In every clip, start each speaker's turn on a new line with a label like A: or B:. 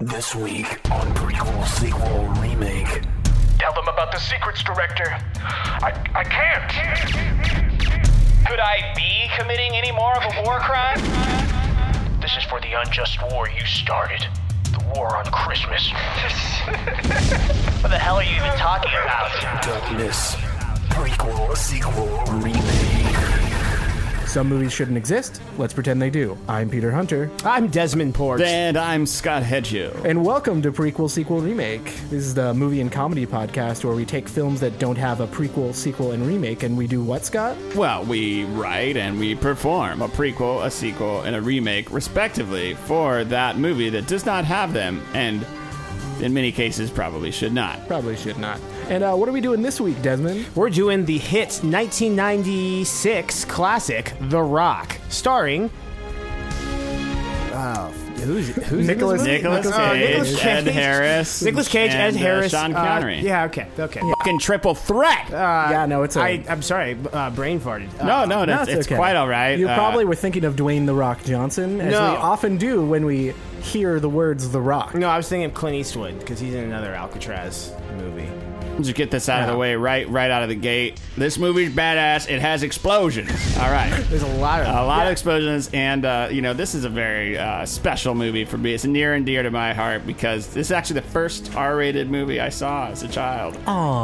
A: This week on Prequel Sequel Remake.
B: Tell them about the secrets director. I, I can't. Could I be committing any more of a war crime? This is for the unjust war you started. The war on Christmas. what the hell are you even talking about?
A: Darkness. Prequel Sequel Remake.
C: Some movies shouldn't exist. Let's pretend they do. I'm Peter Hunter,
D: I'm Desmond Porch.
E: And I'm Scott Hedgew.
C: and welcome to Prequel Sequel Remake. This is the movie and comedy podcast where we take films that don't have a prequel, sequel, and remake, and we do what, Scott?
E: Well, we write and we perform a prequel, a sequel, and a remake, respectively, for that movie that does not have them, and in many cases probably should not.
C: Probably should not. And uh, what are we doing this week, Desmond?
D: We're doing the hit 1996 classic, The Rock, starring. Oh, who's who's
C: Nicolas-
E: Nicholas
C: Nicolas
E: Cage,
C: Cage,
E: Ed Harris,
D: Nicholas Cage, Ed
E: and, uh,
D: Harris,
E: Sean
D: uh,
E: Connery.
D: yeah, okay, okay.
E: fucking triple threat.
C: yeah, no, it's a.
D: I, I'm sorry, uh, brain farted. Uh,
E: no, no, that's, it's
C: okay.
E: quite all right.
C: You
E: Uh,
C: probably were thinking of Dwayne the Rock Johnson, as
D: No.
C: we often do when we hear the words "the Rock."
D: No, I was thinking of Clint Eastwood because he's in another Alcatraz movie.
E: Just get this out of the way right, right out of the gate. This movie's badass. It has explosions. All right.
D: There's a lot of
E: A lot of explosions, and uh, you know this is a very uh, special movie for me. It's near and dear to my heart because this is actually the first R-rated movie I saw as a child.
C: Oh,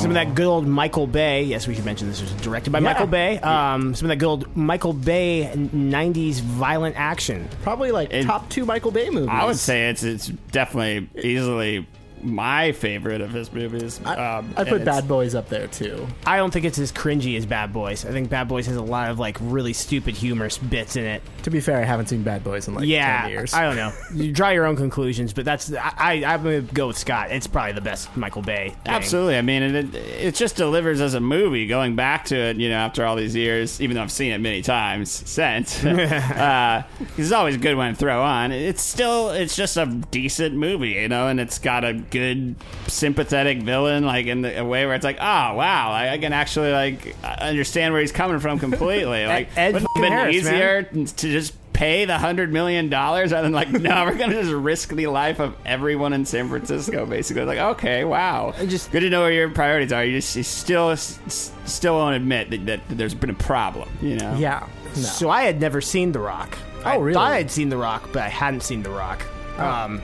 D: some of that good old Michael Bay. Yes, we should mention this was directed by
C: Yeah.
D: Michael Bay. Um, some of that good old Michael Bay '90s violent action.
C: Probably like
E: And-
C: top two Michael Bay movies.
E: I would say it's it's definitely easily my favorite of his movies.
C: I,
E: Um,
C: I
E: and
C: put
E: it's-
C: Bad Boys up there too.
D: I don't think it's as cringy as Bad Boys. I think Bad Boys has a lot of like really stupid humorous bits in it.
C: To be fair, I haven't seen Bad Boys in like
D: yeah,
C: ten years.
D: I don't know. You draw your own conclusions, but that's I, I I'm gonna go with Scott. It's probably the best Michael Bay. Thing.
E: Absolutely. I mean, it, it it just delivers as a movie. Going back to it, you know, after all these years, even though I've seen it many times since, uh, it's always a good one to throw on. It's still, it's just a decent movie, you know, and it's got a good sympathetic villain, like in the, a way where it's like, oh wow, I, I can actually like understand where he's coming from completely. Like,
D: E- Ed
E: wouldn't
D: fucking
E: it have been
D: Harris,
E: easier to just. Pay the hundred million dollars, and then like, no, we're gonna just risk the life of everyone in San Francisco. Basically, like, okay, wow,
D: And just-
E: good to know where your priorities are. You just you still s- s- still won't admit that, that there's been a problem. You know.
C: Yeah. No.
D: So I had never seen The Rock. I
C: Oh, really? Oh.
D: thought I'd seen The Rock, but I hadn't seen The Rock. Um,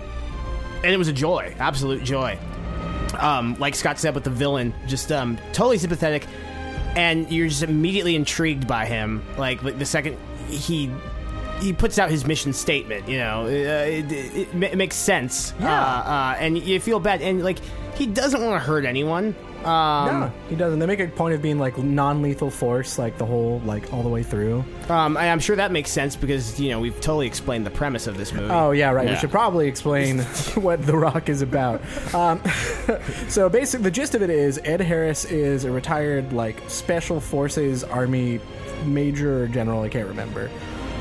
D: and it was a joy, absolute joy. Um, like Scott said with the villain, just um, totally sympathetic, and you're just immediately intrigued by him. Like, like the second he he puts out his mission statement, you know, uh, it, it, ma- it makes sense.
C: Yeah.
D: Uh, uh, and you feel bad, and like he doesn't want to hurt anyone. Um,
C: No, he doesn't. They make a point of being like non-lethal force, like the whole, like all the way through.
D: Um, I, I'm sure that makes sense because you know we've totally explained the premise of this movie.
C: Oh yeah, right. We
E: Yeah.
C: should probably explain what The Rock is about. Um, so basically, the gist of it is Ed Harris is a retired like special forces army major or general. I can't remember.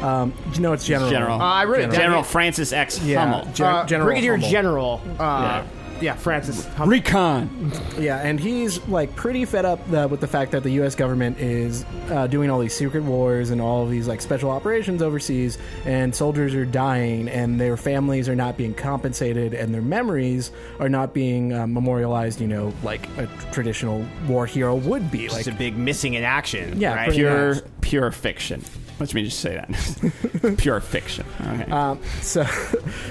C: Um, no, it's general.
E: General.
D: Uh, I wrote it
E: General,
D: down.
E: Francis X
C: Yeah,
E: Hummel.
C: Gen-
D: Uh,
C: General
D: Brigadier
C: Hummel.
D: General. Uh,
E: Yeah.
D: yeah. Francis. Hum-
E: Recon.
C: Yeah, and he's like pretty fed up uh, with the fact that the U.S. government is uh, doing all these secret wars and all these like special operations overseas, and soldiers are dying, and their families are not being compensated, and their memories are not being uh, memorialized. You know, like a traditional war hero would be. Like,
D: it's a big missing in action.
C: Yeah,
D: right?
C: pretty much.
E: Pure pure fiction. Let me just say that. pure fiction. Okay.
C: um, so,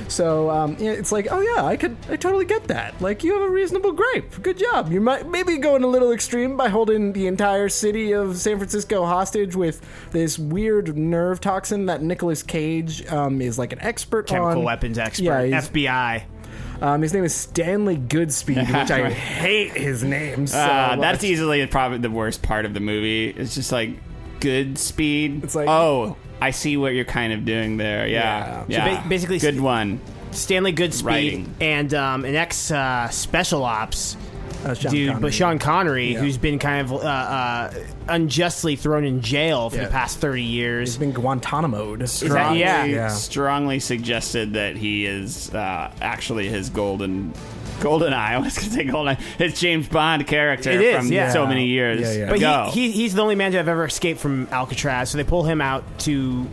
C: so um, yeah, it's like, oh yeah, I could, I totally get that. Like, you have a reasonable gripe. Good job. You might maybe going a little extreme by holding the entire city of San Francisco hostage with this weird nerve toxin that Nicolas Cage um, is like an expert
D: Chemical
C: on.
D: weapons expert.
C: Yeah, he's-
D: FBI.
C: um, his name is Stanley Goodspeed, which I hate his
D: Ah,
C: name. So
E: uh, that's
C: much.
E: easily probably the worst part of the movie. It's just like good speed.
C: It's like-
E: oh. I see what you're kind of doing there. Yeah,
C: Yeah.
D: So
E: yeah.
D: ba- basically-
E: good one.
D: Stanley Goodspeed
E: Writing.
D: and um, an ex uh, special ops
C: Uh, Sean
D: dude,
C: Connery.
D: but Sean Connery,
C: Yeah.
D: who's been kind of uh, uh, unjustly thrown in jail for
C: Yeah.
D: the past thirty years.
C: He's been Guantanamo'd.
E: strongly,
D: yeah.
C: Yeah.
E: strongly suggested that he is uh, actually his golden golden eye. I was gonna say golden eye. His James Bond character
D: It is,
E: from
D: yeah.
E: so many years
C: Yeah, yeah.
D: But
E: ago.
D: he, he, he's the only man to have ever escaped from Alcatraz, so they pull him out to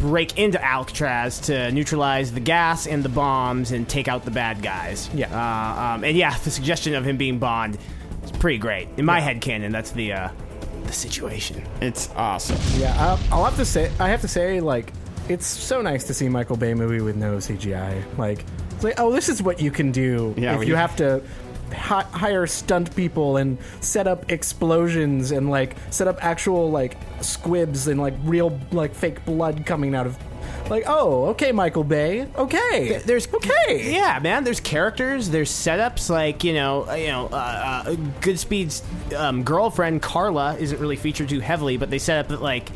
D: break into Alcatraz to neutralize the gas and the bombs and take out the bad guys.
C: Yeah.
D: Uh, um, and yeah, the suggestion of him being Bond is pretty great. In my head canon, that's the uh, the situation.
E: It's awesome.
C: Yeah, I'll, I'll have to say, I have to say, like, it's so nice to see Michael Bay movie with no CGI. Like, it's like, oh, this is what you can do
E: Yeah,
C: if
E: when
C: you
E: you-
C: have to hi- hire stunt people and set up explosions and like set up actual like squibs and like real like fake blood coming out of. Like, oh, okay, Michael Bay, okay,
D: there's-
C: okay,
D: Yeah, man. There's characters. There's setups. Like you know, uh, you know, uh, uh, Goodspeed's um, girlfriend Carla isn't really featured too heavily, but they set up that like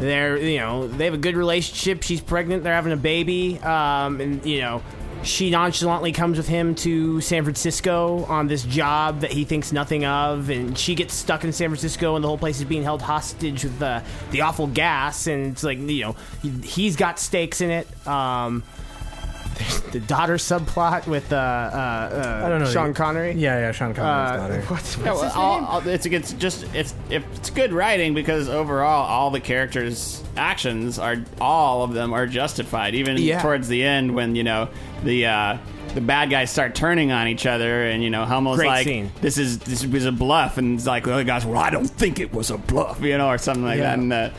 D: they're you know they have a good relationship. She's pregnant. They're having a baby. Um, and you know. She nonchalantly comes with him to San Francisco on this job that he thinks nothing of, and she gets stuck in San Francisco, and the whole place is being held hostage with the the awful gas, and it's like you know he- he's got stakes in it. Um, the daughter subplot with uh, uh, uh,
C: I don't know
D: Sean Connery. Uh,
C: Yeah, yeah, Sean Connery's daughter.
D: what's,
E: Yeah, well, all- all- it's it's just it's it's good writing because overall all the characters' actions are all of them are justified. Even
D: Yeah.
E: towards the end when you know the uh, the bad guys start turning on each other and you know Hummel's
D: Great
E: like
D: scene.
E: this is this was a bluff and it's like the other guys well I don't think it was a bluff you know or something like
C: Yeah.
E: that and. Uh, it-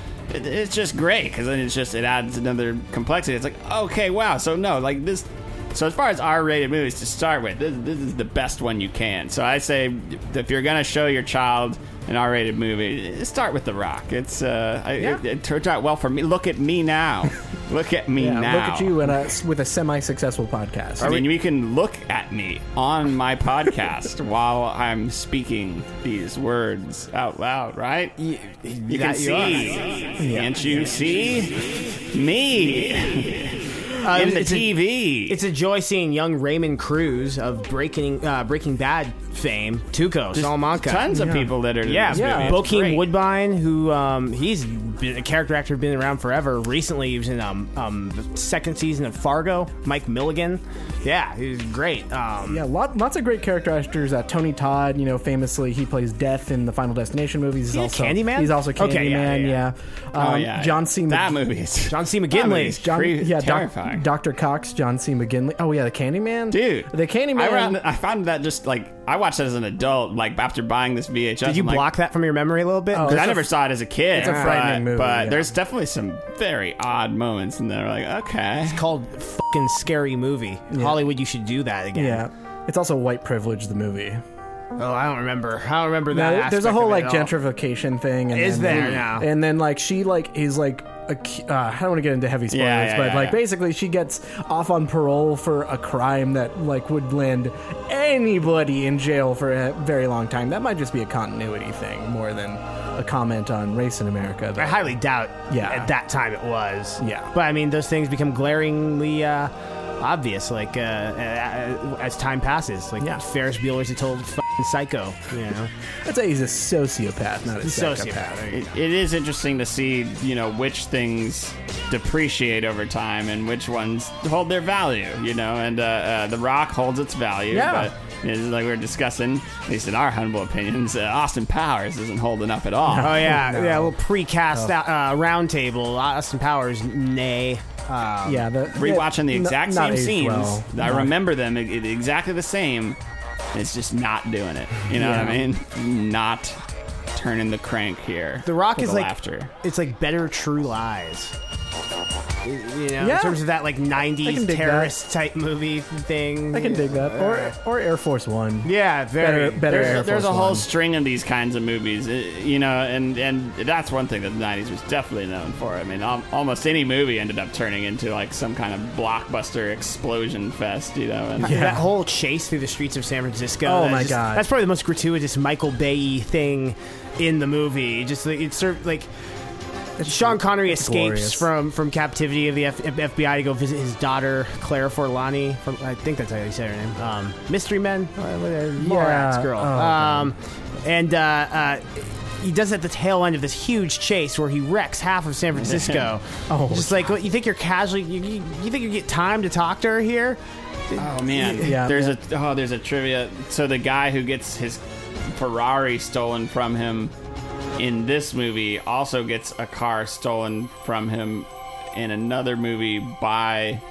E: it's just great because then it's just it adds another complexity. It's like okay, wow. So no, like this. So as far as R-rated movies to start with, this, this is the best one you can. So I say if you're gonna show your child an R-rated movie, start with The Rock. It's uh, I,
D: Yeah.
E: it, it turns out well for me. Look at me now. look at me
C: Yeah,
E: now.
C: look at you and a, with a semi-successful podcast.
E: I mean, you can look at me on my podcast while I'm speaking these words out loud, right? You, can
D: that you are.
E: see. Can't you see me in the
D: Uh, it's a-
E: TV?
D: It's a joy seeing young Raymond Cruz of Breaking uh, Breaking Bad fame, Tuco Salamanca.
E: Tons of people that are in
D: yeah,
E: this
D: yeah.
E: movie. It's
D: Bokeem
E: great.
D: Woodbine, who um, he's been a character actor, been around forever. Recently, he was in um, um, the second season of Fargo. Mike Milligan, yeah, he's great. Um,
C: Yeah, lot, lots of great character actors. Uh, Tony Todd, you know, famously he plays Death in the Final Destination movies. He's,
D: a
C: also
D: Candyman?
C: He's also Candyman.
D: Okay, yeah,
C: yeah,
D: yeah,
E: Oh,
C: Um,
E: yeah.
C: John C. Mc-
E: That movie is.
D: John C.
E: that
D: McGinley.
E: movie is
D: John-
E: cre-
C: yeah,
E: terrifying.
C: Doctor Cox, John C. McGinley. Oh yeah, the Candyman,
E: Dude,
C: The Candyman.
E: I, ran- I found that just like I watched that as an adult. Like after buying this VHS,
D: Did you
E: I'm like,
D: block that from your memory a little bit?
E: Because I
C: It's a-
E: never saw it as a kid.
C: it's a
E: but-
C: frightening movie,
E: But
C: yeah.
E: there's definitely some very odd moments in there. Like, okay.
D: called fucking scary movie. Hollywood, you should do that again.
C: yeah, it's also white privilege. The movie.
D: Oh, I don't remember. I don't remember that.
C: Now,
D: aspect
C: there's a whole
D: of
C: like
D: it at all.
C: gentrification thing. And
D: Is
C: then,
D: there now?
C: And then like she like is like. A, cu- uh, I don't want to get into heavy spoilers,
E: Yeah, yeah,
C: but
E: yeah,
C: like
E: yeah.
C: basically she gets off on parole for a crime that like would land anybody in jail for a very long time. That might just be a continuity thing more than a comment on race in America.
D: I
C: But,
D: highly doubt.
C: Yeah.
D: At that time, it was.
C: Yeah.
D: But I mean, those things become glaringly uh, obvious, like uh, uh, as time passes. Like
C: Yeah.
D: Ferris Bueller's a total fucking psycho. You know,
C: I'd say he's a sociopath, not a psychopath.
D: sociopath.
E: It, it is interesting to see, you know, which things depreciate over time and which ones hold their value, you know. And uh, uh, The Rock holds its value.
C: Yeah.
E: But you know, like we were discussing, at least in our humble opinions, uh, Austin Powers isn't holding up at all.
D: Oh yeah, yeah. A little
C: Oh.
D: precast uh, round table. Austin Powers, nay. Um,
C: Yeah, the,
E: Rewatching the
C: n-
E: exact
C: not
E: same
C: aged
E: scenes,
C: well.
E: I remember them e- e- exactly the same. It's just not doing it. You know what I mean? Not turning the crank here.
D: The Rock
E: for
D: is
E: the
D: like
E: laughter.
D: it's like better True Lies. You know,
C: Yeah.
D: in terms of that like
C: I can
D: '90s
C: dig
D: terrorist type movie thing.
C: I can dig that, or or Air Force One.
D: Yeah, very
C: Better- better
D: there's-
C: Air
E: There's, there's a
C: Force
E: whole
C: One.
E: string of these kinds of movies, uh, you know, and and that's one thing that the '90s was definitely known for. I mean, al- almost any movie ended up turning into like some kind of blockbuster explosion fest, you know. And,
D: That whole chase through the streets of San Francisco.
C: Oh
D: that's
C: my
D: just-
C: God.
D: that's probably the most gratuitous Michael Bay thing in the movie. Just like it's sort of like Sean Connery escapes
C: glorious.
D: from from captivity of the F- F- FBI to go visit his daughter Clara Forlani. From, I think that's how you say her name. Um, Mystery Men, Uh, whatever. Borat's
C: Yeah.
D: girl.
C: Oh,
D: um, and uh, uh, he does it at the tail end of this huge chase where he wrecks half of San Francisco.
C: Oh,
D: just like what you think you're casually, you, you, you think you get time to talk to her here?
E: Oh man,
C: Yeah.
E: There's a oh, there's a trivia. So the guy who gets his Ferrari stolen from him in this movie also gets a car stolen from him in another movie by.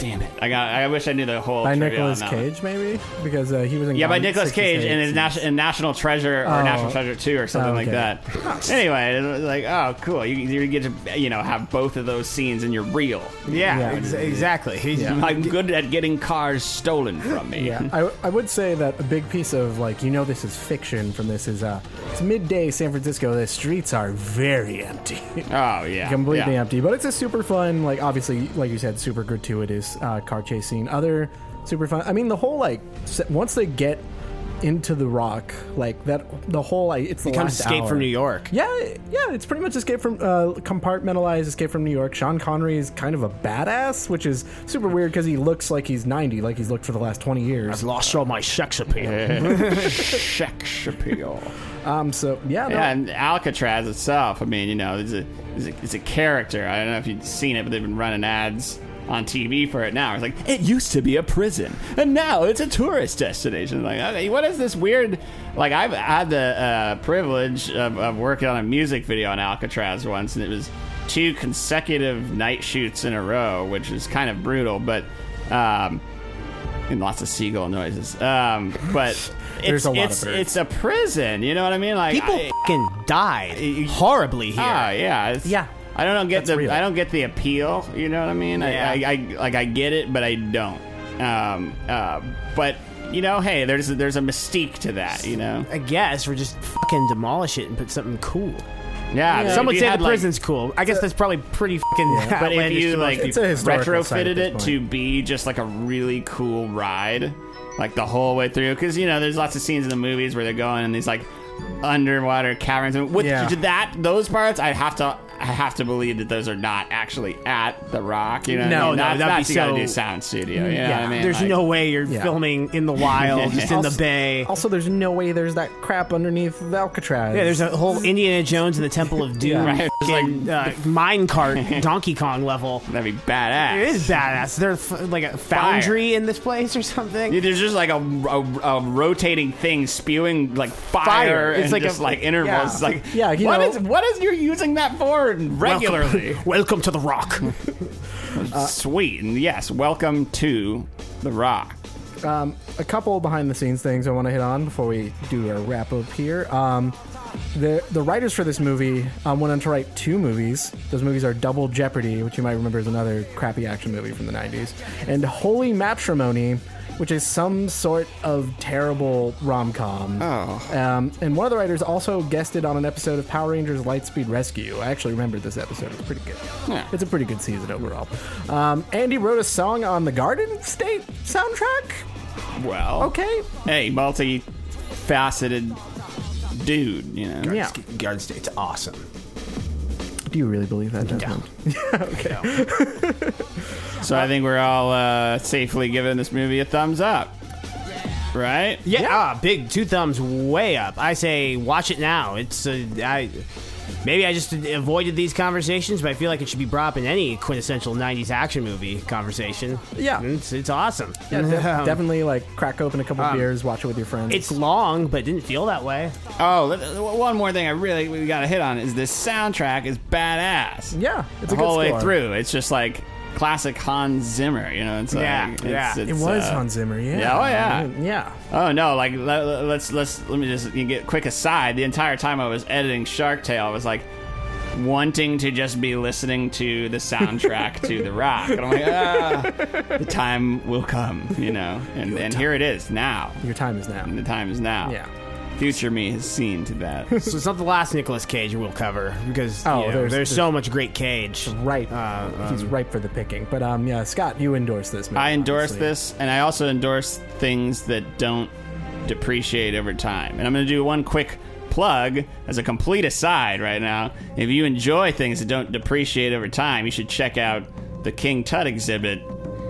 E: Damn it! I got. I wish I knew the whole.
C: by
E: trivia on
C: Nicolas
E: that one.
C: Cage, maybe because uh, he was in
E: Yeah, by
C: Gone
E: Nicolas
C: 66.
E: Cage and his nat- and National Treasure or
C: Oh.
E: National Treasure Two or something
C: Oh,
E: like
C: okay.
E: that. anyway, it was like oh, cool. You, you get to you know have both of those scenes in your reel.
D: Yeah,
C: Yeah.
D: ex- exactly. He's-
E: I'm good at getting cars stolen from me.
C: Yeah, I, I would say that a big piece of like you know this is fiction from this is uh it's midday San Francisco. The streets are very empty,
E: Oh yeah.
C: completely
E: yeah.
C: empty. But it's a super fun like obviously like you said super gratuitous uh, car chase scene. Other super fun. I mean the whole like se- once they get into the rock like that the whole like it's the
D: Come
C: last
D: escape
C: hour.
D: from New York.
C: Yeah, yeah, it's pretty much Escape from uh, compartmentalized Escape from New York. Sean Connery is kind of a badass, which is super weird because he looks like he's ninety, like he's looked for the last twenty years.
D: lost all my sex appeal.
E: Shakespeare.
C: Um, so yeah, no,
E: Yeah, and Alcatraz itself. I mean, you know, it's a, it's a it's a character. I don't know if you've seen it, but they've been running ads on TV for it now. It's like it used to be a prison, and now it's a tourist destination. Like, okay, what is this weird? Like, I've had the uh, privilege of, of working on a music video on Alcatraz once, and it was two consecutive night shoots in a row, which is kind of brutal, but. Um, and lots of seagull noises. Um, but it's,
C: There's a lot of
E: it's,
C: birds.
E: it's a prison. You know what I mean? Like
D: People
E: I-
D: fucking died horribly here.
E: Ah, yeah, it's-
C: Yeah.
E: I don't get the
C: real.
E: I don't get the appeal. You know what I mean?
D: Yeah.
E: I, I, I like I get it, but I don't. Um, uh, but you know, hey, there's there's a mystique to that. You know?
D: I guess we're just fucking demolish it and put something cool.
E: Yeah. if
D: Someone
E: you
D: said
E: had,
D: the
E: like-
D: prison's cool. I guess that's probably pretty fucking.
E: but if
D: outlandish
E: you
D: to most
E: like
D: people.
C: It's a historical site at
E: retrofitted
C: this
E: it to be just like a really cool ride, like the whole way through, because you know there's lots of scenes in the movies where they're going in these like underwater caverns. And with
C: Yeah.
E: that, those parts, I have to. I have to believe that those are not actually at the Rock. You know, what I
D: No,
E: mean?
D: no,
E: That's-
D: that'd be
E: that's you gotta
D: so-
E: do sound studio. You know
D: yeah,
E: what I mean?
D: there's
E: Like-
D: no way you're
C: Yeah.
D: filming in the wild, just in the
C: Also-
D: bay.
C: Also, there's no way there's that crap underneath the Alcatraz.
D: Yeah, there's a whole Indiana Jones and the Temple of Doom,
C: Yeah.
E: Right, it's
D: fucking, uh, mine cart, Donkey Kong level.
E: That'd be badass.
D: It is badass. There's f- like a foundry in this place or something.
E: Yeah, There's just like a, a, a rotating thing spewing like fire. It's like just like intervals.
D: yeah.
E: It's like
C: Yeah, you
E: what
C: know-
E: is- what is you're using that for regularly?
D: Welcome, welcome to the Rock.
E: Uh, Sweet and yes, welcome to the Rock.
C: um, a couple behind the scenes things I want to hit on before we do our wrap up here. Um, the the writers for this movie um, went on to write two movies. Those movies are Double Jeopardy, which you might remember is another crappy action movie from the '90s, and Holy Matrimony, which is some sort of terrible rom com. Oh. Um, and one of the writers also guested on an episode of Power Rangers Lightspeed Rescue. I actually remembered this episode; it's pretty good. It's a pretty good season overall. Um, and he wrote a song on the Garden State soundtrack.
E: Well,
C: Okay.
E: Hey, multi-faceted dude. You know.
C: Yeah.
D: Garden State's awesome.
C: Do you really believe that, Desmond?
E: So I think we're all uh, safely giving this movie a thumbs up, right?
D: Yeah, ah, big two thumbs way up. I say watch it now. It's uh, I maybe I just avoided these conversations, but I feel like it should be brought up in any quintessential '90s action movie conversation.
C: Yeah.
D: it's, it's awesome.
C: Yeah, de-
D: Um,
C: definitely. Like, crack open a
E: Um,
C: couple beers, watch it with your friends.
D: It's long, but it didn't feel that way.
E: Oh, let- one more thing I really we got to hit on is this soundtrack is badass.
C: yeah, it's a
E: the whole
C: good
E: way
C: score.
E: through. It's just like classic Hans Zimmer, you know. It's like,
D: Yeah,
E: it's,
D: yeah.
E: it's,
D: It
C: It was
E: uh,
C: Hans Zimmer. Yeah.
E: yeah, oh, yeah.
C: I mean, yeah.
E: Oh no! Like let, let's let's let me just get quick aside. The entire time I was editing Shark Tale, I was like wanting to just be listening to the soundtrack to The Rock, and I'm like, ah, the time will come, you know. And and here it is now.
C: Your time is now.
E: And the time is now.
C: Yeah.
E: Future me has seen to that.
D: So it's not the last Nicolas Cage we'll cover because
C: Oh,
D: you know,
C: there's-
D: there's, so much great Cage.
C: Ripe.
D: Uh,
C: He's ripe for the picking. But um, yeah, Scott, you endorse this. Movie,
E: um, I endorse
C: obviously.
E: this, and I also endorse things that don't depreciate over time. And I'm going to do one quick plug as a complete aside right now. If you enjoy things that don't depreciate over time, you should check out the King Tut exhibit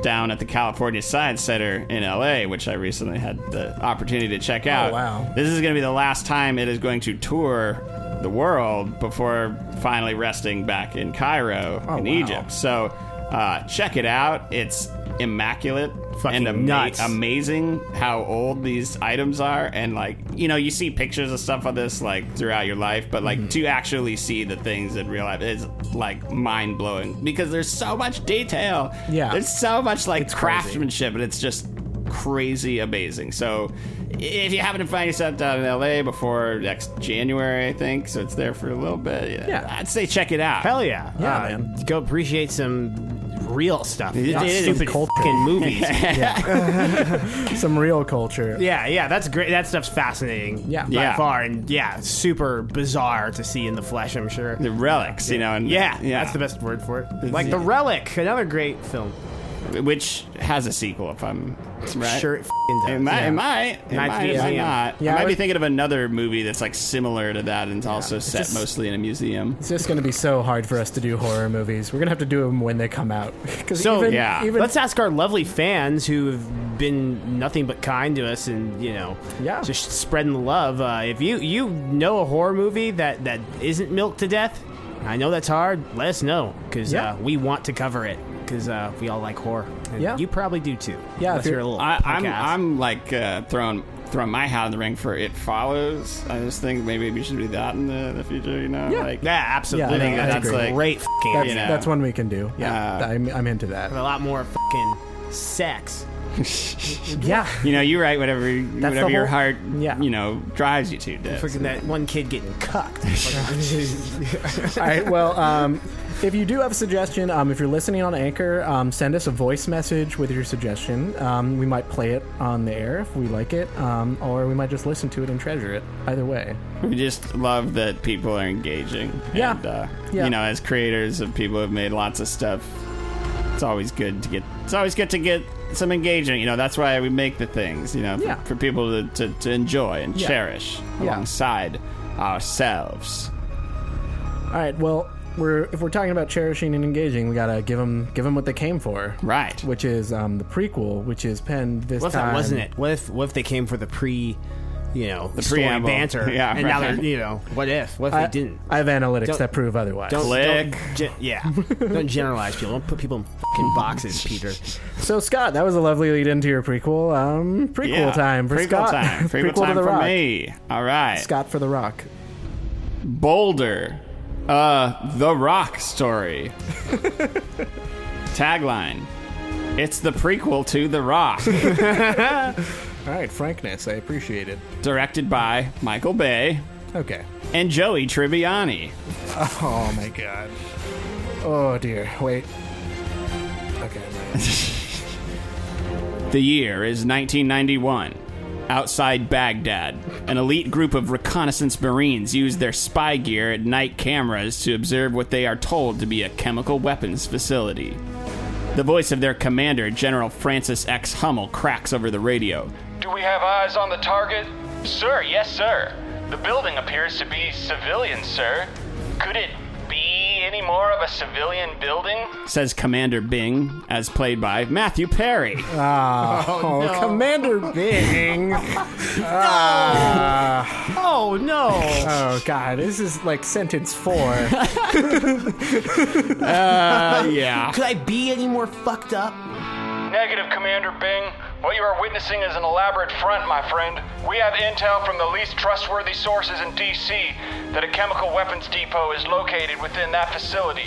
E: down at the California Science Center in LA, which I recently had the opportunity to check out.
C: Oh, wow.
E: This is going to be the last time it is going to tour the world before finally resting back in Cairo in
C: Oh, wow.
E: Egypt. So Uh, check it out. It's immaculate
D: Fucking
E: and ama-
D: nuts.
E: amazing how old these items are. And like, you know, you see pictures of stuff of this like throughout your life, but
C: Mhm.
E: like to actually see the things in real life is like mind blowing because there's so much detail.
C: Yeah.
E: There's so much like
C: It's crazy.
E: craftsmanship, and it's just crazy amazing. So, if you happen to find yourself down in LA before next January, I think, so it's there for a little bit. Yeah,
C: Yeah.
E: I'd say check it out.
D: Hell yeah.
C: Yeah,
D: Uh,
C: man.
D: Go appreciate some real stuff.
E: It-
D: not
E: it is
D: stupid
E: culture.
D: fucking movies.
C: Some real culture.
D: yeah, yeah, that's great. That stuff's fascinating.
C: Yeah.
D: By
E: Yeah.
D: far. And yeah, super bizarre to see in the flesh, I'm sure.
E: the relics, you know, and
D: Yeah, that's the best word for it. Like The
E: yeah.
D: Relic, another great film.
E: which has a sequel. If I'm right,
D: Sure, it fing does.
E: It might,
D: yeah.
E: it might, it
D: Night
E: might, it might
D: Museum.
E: not.
C: Yeah, I
E: I might be
C: would-
E: thinking of another movie that's like similar to that, and it's also set
C: just-
E: mostly in a museum.
C: It's just going to be so hard for us to do horror movies. We're going to have to do them when they come out. 'Cause
D: So,
C: even,
E: yeah.
C: even,
D: Let's ask our lovely fans who have been nothing but kind to us, and you know,
C: Yeah.
D: just spreading the love. Uh, if you you know a horror movie that that isn't milked to death, I know that's hard. Let us know because
C: Yeah.
D: uh, we want to cover it because uh, we all like horror. And
C: Yeah.
D: you probably do too.
C: Yeah,
D: unless
C: if
D: you're
C: you're-
D: a little.
E: I, I'm,
D: punk-ass.
E: I'm like uh, throwing throwing my hat in the ring for It Follows. I just think maybe we should do that in the, the future. You know,
C: Yeah.
E: like
D: yeah, absolutely.
C: Yeah, no,
D: that's
C: I
E: agree.
D: a great. Fucking
C: that's,
E: you know.
C: that's one we can do. Yeah,
E: Uh,
C: I'm, I'm into that.
D: a lot more fucking sex.
C: Yeah.
E: you know, you write whatever whatever
C: the
E: your
C: whole-
E: heart,
C: yeah.
E: you know, drives you to. Dad.
D: Freaking that one kid getting cucked.
C: All right. Well, um, if you do have a suggestion, um, if you're listening on Anchor, um, send us a voice message with your suggestion. Um, we might play it on the air if we like it, um, or we might just listen to it and treasure it. Either way.
E: We just love that people are engaging.
C: Yeah.
E: And, uh,
C: Yeah.
E: You know, as creators of people who've made lots of stuff, it's always good to get. It's always good to get some engagement. You know, that's why we make the things. You know,
C: Yeah.
E: for, for people to, to, to enjoy and
C: Yeah.
E: cherish
C: Yeah.
E: alongside ourselves.
C: All right. Well, we're if we're talking about cherishing and engaging, we gotta give them what they came for,
E: Right.
C: Which is um, the prequel, which is penned this
D: What if
C: time.
D: that wasn't it? What if what if they came for the pre, you know, the story
E: preamble.
D: banter?
E: Yeah,
D: and now
E: right.
D: they're you know, what if? What if
C: I,
D: they didn't?
C: I have analytics
D: Don't-
C: that prove otherwise.
D: Don't,
E: Click.
D: don't ge- yeah, don't generalize people. Don't put people in fucking boxes, Peter.
C: So Scott, that was a lovely lead into your prequel. Um, prequel
E: Yeah.
C: time for
E: Prequel
C: Scott.
E: time. Prequel,
C: to
E: time
C: the
E: for
C: Rock.
E: me. All right.
C: Scott for the Rock.
E: Boulder, uh, the rock story. Tagline. It's the prequel to The Rock.
C: All right, frankness. I appreciate it.
E: directed by Michael Bay
C: Okay.
E: and Joey Tribbiani.
C: Oh my god. Oh dear. Wait. Okay.
E: The year is 1991. Outside Baghdad, an elite group of reconnaissance Marines use their spy gear and night cameras to observe what they are told to be a chemical weapons facility. The voice of their commander, General Francis X. Hummel, cracks over the radio.
B: Do we have eyes on the target? Sir, yes, sir. The building appears to be civilian, sir. Could it be any more of a civilian building?
E: Says Commander Bing, as played by Matthew Perry.
C: Oh, Commander Bing.
D: Oh no!
C: Oh god, this is like sentence four.
E: yeah.
D: Could I be any more fucked up?
B: Negative, Commander Bing. What you are witnessing is an elaborate front, my friend. We have intel from the least trustworthy sources in D.C. that a chemical weapons depot is located within that facility.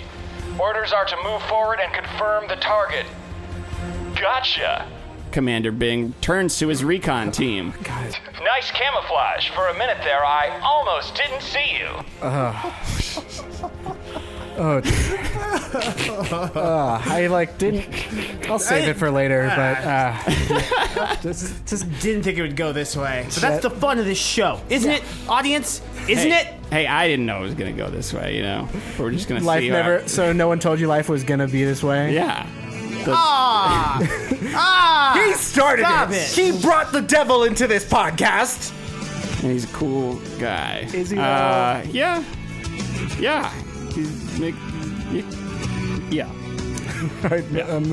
B: Orders are to move forward and confirm the target. Gotcha!
E: Commander Bing turns to his recon team.
B: Nice camouflage. For a minute there, I almost didn't see you.
C: I like didn't. I'll save it for later, but uh, just, just
D: Didn't think it would go this way. But
C: Yeah.
D: that's the fun of this show, isn't it, audience? Isn't
E: hey,
D: it?
E: Hey, I didn't know it was gonna go this way. You know, we're just gonna
C: life
E: see
C: never.
E: Our,
C: So no one told you life was gonna be this way.
E: yeah.
D: Ah, ah!
C: He started
D: Stop it.
C: He brought the devil into this podcast.
E: And he's a cool guy.
C: Is he,
E: Uh, yeah. Yeah. He's make. Yeah.
C: Um,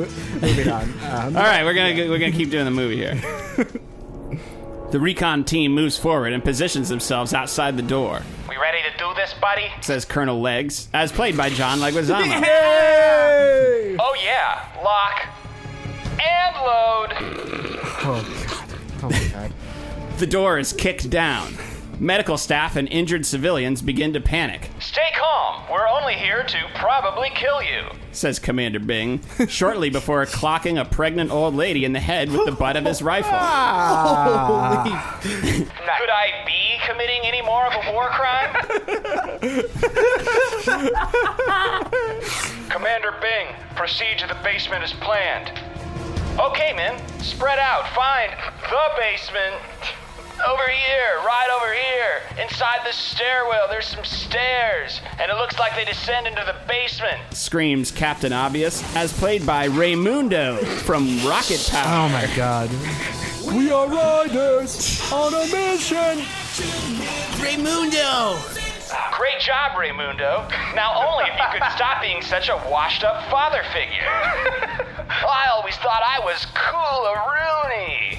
C: moving on. Um,
E: All right, we're gonna we're gonna keep doing the movie here. the recon team moves forward and positions themselves outside the door.
B: We ready to do this, buddy?
E: Says Colonel Legs, as played by John Leguizamo.
B: Oh yeah, lock and load.
C: Oh,
E: The door is kicked down. Medical staff and injured civilians begin to panic,
B: Stay calm. We're only here to probably kill you.
E: says Commander Bing, shortly before clocking a pregnant old lady in the head with the butt of his rifle. Oh,
B: Could I be committing any more of a war crime? Commander Bing, proceed to the basement as planned. Okay, men, spread out, find the basement. Over here, right over here. Inside the stairwell, there's some stairs, and it looks like they descend into the basement.
E: Screams Captain Obvious, as played by Raymundo from Rocket Power.
C: Oh my god. We are riders on a mission.
D: Raymundo!
B: Great job, Raymundo. Now only if you could stop being such a washed up father figure. I always thought I was Coolaroonie.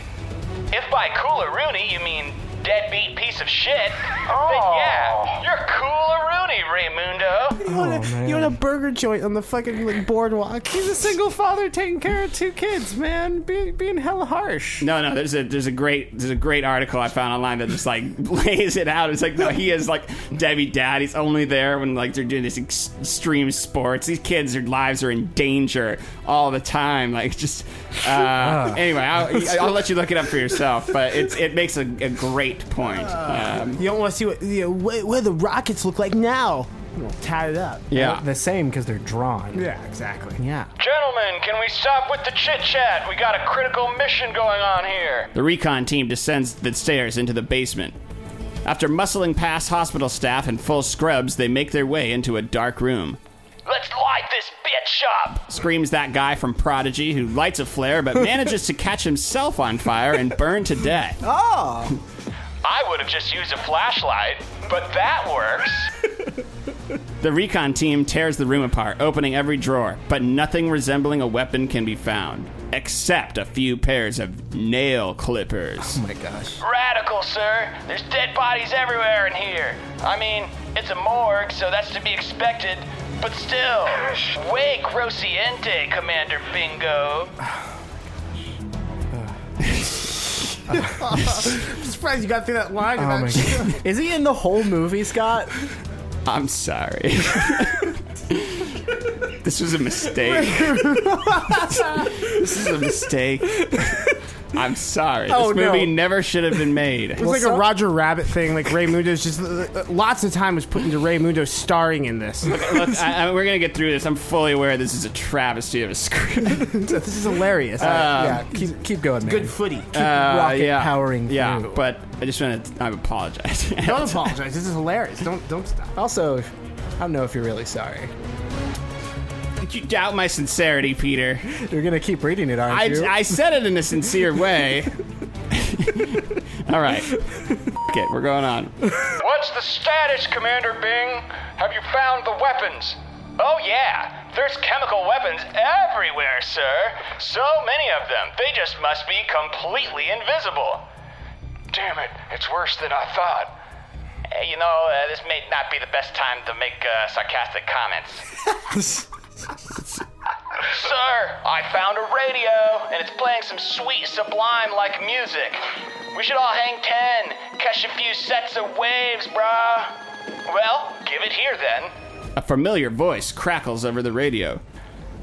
B: If by Coolaroonie you mean deadbeat piece of shit, then yeah, you're Coolaroonie, Raymundo.
D: You own,
C: man.
D: a, you own a burger joint on the fucking like, boardwalk. He's a single father taking care of two kids, man. Be, being hella harsh.
E: No, no. There's a there's a great there's a great article I found online that just like lays it out. It's like no, he is like Debbie Dad. He's only there when like they're doing this ex- extreme sports. These kids, their lives are in danger all the time. Like just uh, anyway, I'll, I'll let you look it up for yourself. But it's it makes a, a great point. Um,
D: You don't want to see what you know, where, where the rockets look like now. We'll tie it up.
E: yeah.
C: The same because they're drawn.
D: Yeah, exactly.
C: Yeah.
B: Gentlemen, can we stop with the chit chat? We got a critical mission going on here.
E: The recon team descends the stairs into the basement. After muscling past hospital staff in full scrubs, they make their way into a dark room.
B: Let's light this bitch up.
E: Screams that guy from Prodigy who lights a flare but manages to catch himself on fire and burn to death.
D: Oh.
B: I would have just used a flashlight, but that works.
E: The recon team tears the room apart, opening every drawer, but nothing resembling a weapon can be found, except a few pairs of nail
D: Oh
E: clippers.
B: Radical, sir. There's dead bodies everywhere in here. I mean, it's a morgue, so that's to be expected. But still, way grosiente, Commander Bingo.
D: I'm surprised you got through that line.
C: Oh my god. Is he in the whole movie, Scott?
E: I'm sorry. this was a mistake. this is a mistake. I'm sorry.
D: Oh,
E: this movie
D: no.
E: never should have been made.
D: It's like
C: some-
D: a Roger Rabbit thing. Like Ray Mundo's just lots of time was put into Ray Mundo starring in this.
E: Look, I, I, we're gonna get through this. I'm fully aware this is a travesty of a script.
D: this is hilarious.
C: Uh, yeah. Keep, keep going, man.
D: Uh, Good footy.
C: rocket
E: Uh, yeah,
C: powering
E: Yeah,
C: through.
E: but I just want to. I apologize.
D: don't apologize. This is hilarious. Don't don't stop.
C: Also, I don't know if you're really sorry.
E: Did you doubt my sincerity, Peter?
C: You're gonna keep reading it, aren't
E: I,
C: you?
E: I said it in a sincere way. All right. F- it. We're going on.
B: What's the status, Commander Bing? Have you found the weapons? Oh, yeah. There's chemical weapons everywhere, sir. So many of them. They just must be completely invisible. Damn it, it's worse than I thought. Hey, you know, uh, this may not be the best time to make uh, sarcastic comments. Sir, I found a radio, and it's playing some sweet, sublime like music. We should all hang ten, catch a few sets of waves, brah. Well, give it here then.
E: A familiar voice crackles over the radio.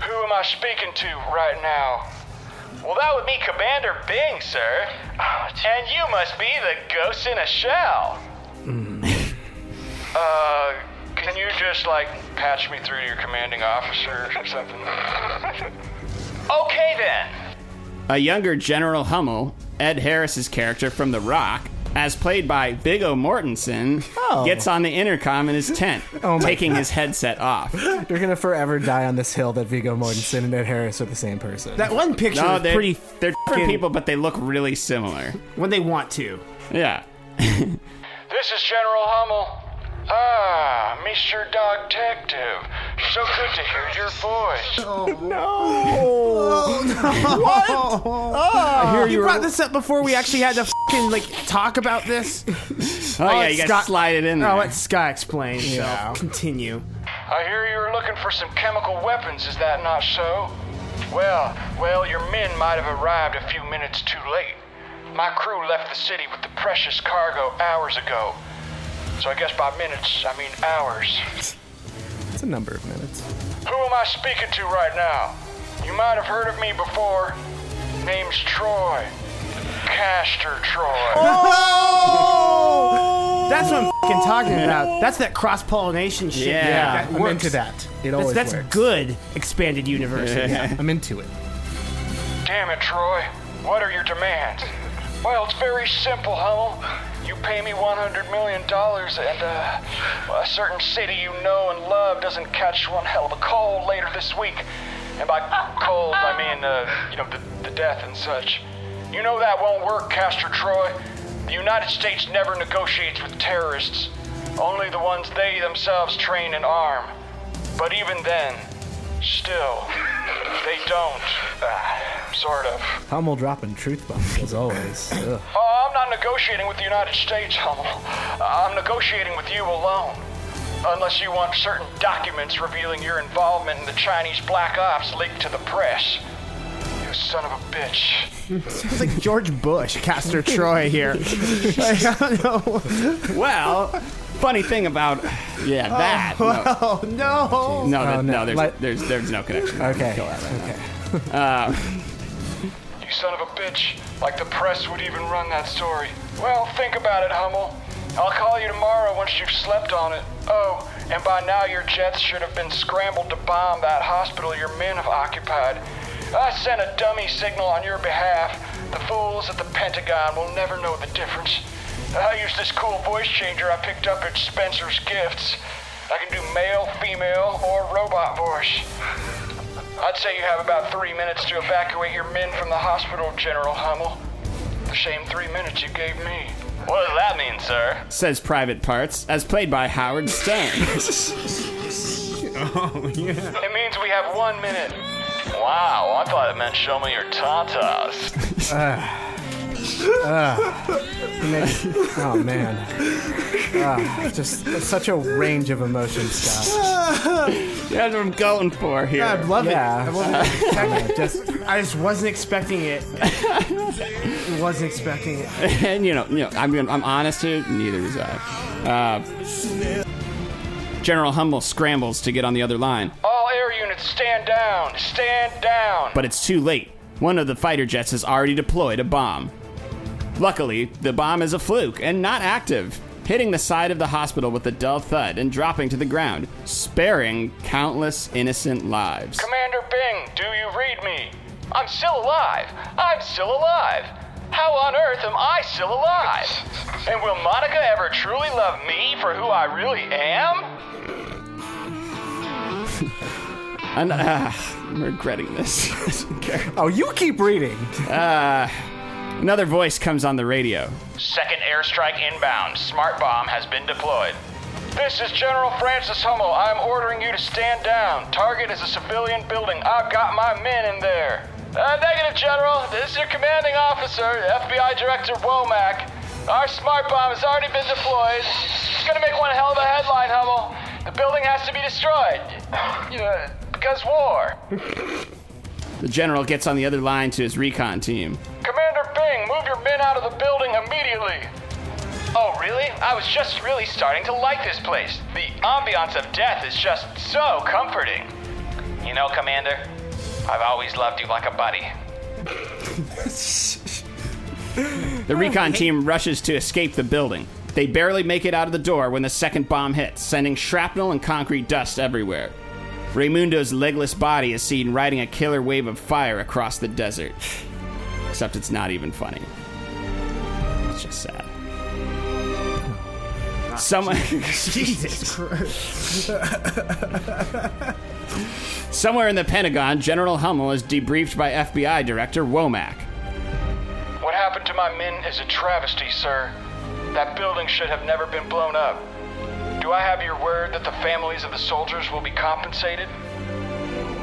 B: Who am I speaking to right now? Well, that would be Commander Bing, sir. And you must be the ghost in a shell. uh, can you just, like, patch me through to your commanding officer or something? okay then.
E: A younger General Hummel, Ed Harris's character from The Rock, as played by Big O Mortensen,
C: Oh.
E: gets on the intercom in his tent, taking his headset off.
C: You're gonna forever die on this hill that Vigo Mortensen and Ed Harris are the same person.
D: That one picture
E: Uh, No,
D: is
E: Oh, they're,
D: pretty
E: they're different
D: fucking-
E: people, but they look really similar.
D: when they want to.
E: Yeah.
B: This is General Hummel. Ah, Mr. Dog Detective. So good to hear your voice.
E: Oh,
D: What? I hear you, brought this up before we actually had to fucking like talk about this.
E: Oh, yeah, you
D: it's
E: guys
D: Scott-
E: slide it in there.
D: I'll let Scott explain.
E: Yeah.
D: So continue.
B: I hear you were looking for some chemical weapons, is that not so? Well, well, your men might have arrived a few minutes too late. My crew left the city with the precious cargo hours ago. So I guess by minutes, I mean hours.
C: It's a number of minutes.
B: Who am I speaking to right now? You might have heard of me before. Name's Troy. Castor Troy.
D: That's what I'm fucking talking about. That's that cross pollination shit.
E: Yeah.
D: that
C: I'm
D: works.
C: into that. It
D: That's,
C: always
D: that's
C: works.
D: good expanded universe.
C: I'm into it.
B: Damn it, Troy. What are your demands? Well, it's very simple, Hummel. You pay me $100 million, and uh, well, a certain city you know and love doesn't catch one hell of a cold later this week. And by cold, I mean, uh, you know, the, the death and such. You know that won't work, Castor Troy. The United States never negotiates with terrorists, only the ones they themselves train and arm. But even then, still, they don't. Ah, sort of.
C: Hummel dropping truth bombs as always. Ugh.
B: Oh, I'm not negotiating with the United States, Hummel. I'm negotiating with you alone. Unless you want certain documents revealing your involvement in the Chinese black ops leaked to the press. You son of a bitch.
D: It's like George Bush, Castor Troy here. Like, I don't know.
E: Well, funny thing about yeah that. no.
D: Oh no.
E: No,
C: Oh,
E: that-
C: no.
E: no, there's,
C: Like-
E: there's there's no connection.
C: Okay.
E: Kill that right now.
C: okay.
B: You son of a bitch. Like the press would even run that story. Well, think about it, Hummel. I'll call you tomorrow once you've slept on it. Oh, and by now your jets should have been scrambled to bomb that hospital your men have occupied. I sent a dummy signal on your behalf. The fools at the Pentagon will never know the difference. I use this cool voice changer I picked up at Spencer's Gifts. I can do male, female, or robot voice. I'd say you have about three minutes to evacuate your men from the hospital, General Hummel. The same three minutes you gave me. What does that mean, sir?
E: Says Private Parts, as played by Howard Stern.
B: It means we have one minute. Wow, I thought it meant show me your tatas.
C: Next- oh man, Ah, just such a range of emotions, Scott.
E: That's what I'm going for here.
D: I love
C: Yeah.
D: it. I, love it.
C: Yeah, just
D: I just wasn't expecting it. wasn't expecting it.
E: and you know, you know, I'm gonna- I'm honest here. Neither is I. Uh, General Humble scrambles to get on the other line,
B: All air units, stand down. Stand down.
E: but it's too late. One of the fighter jets has already deployed a bomb. Luckily, the bomb is a fluke and not active, hitting the side of the hospital with a dull thud and dropping to the ground, sparing countless innocent lives.
B: Commander Bing, do you read me? I'm still alive. I'm still alive. How on earth am I still alive? And will Monica ever truly love me for who I really am?
E: And, uh, I'm regretting this. I don't care.
C: oh, you keep reading.
E: Another voice comes on the radio.
B: Second airstrike inbound. Smart bomb has been deployed. This is General Francis Hummel. I'm ordering you to stand down. Target is a civilian building. I've got my men in there. Uh, negative, General. This is your commanding officer, FBI Director Womack. Our smart bomb has already been deployed. It's gonna make one hell of a headline, Hummel. The building has to be destroyed. You know, because war.
E: The general gets on the other line to his recon team.
B: Commander Bing, move your men out of the building immediately. Oh, really? I was just really starting to like this place. The ambiance of death is just so comforting. You know, Commander, I've always loved you like a buddy.
E: The recon team rushes to escape the building. They barely make it out of the door when the second bomb hits, sending shrapnel and concrete dust everywhere. Raimundo's legless body is seen riding a killer wave of fire across the desert. Except it's not even funny. It's just sad. Someone
D: Jesus Christ.
E: somewhere in the Pentagon, General Hummel is debriefed by FBI Director Womack.
B: What happened to my men is a travesty, sir. That building should have never been blown up. Do I have your word that the families of the soldiers will be compensated?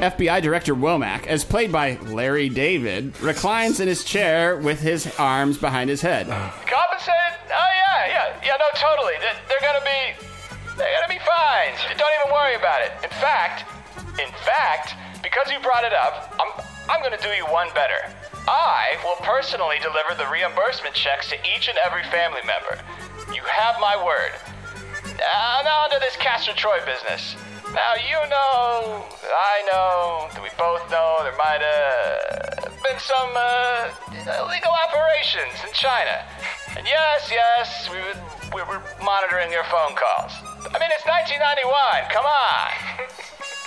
E: FBI Director Womack, as played by Larry David, reclines in his chair with his arms behind his head.
B: Compensated? Oh, yeah, Yeah, yeah, yeah. No, totally. They're, they're gonna be, they're gonna be fine. Don't even worry about it. In fact, in fact, because you brought it up, I'm, I'm gonna do you one better. I will personally deliver the reimbursement checks to each and every family member. You have my word. Uh, now onto this Castro Troy business. Now you know, I know, that we both know there might have been some uh, illegal operations in China. And yes, yes, we were, we were monitoring your phone calls. I mean, it's 1991. Come on.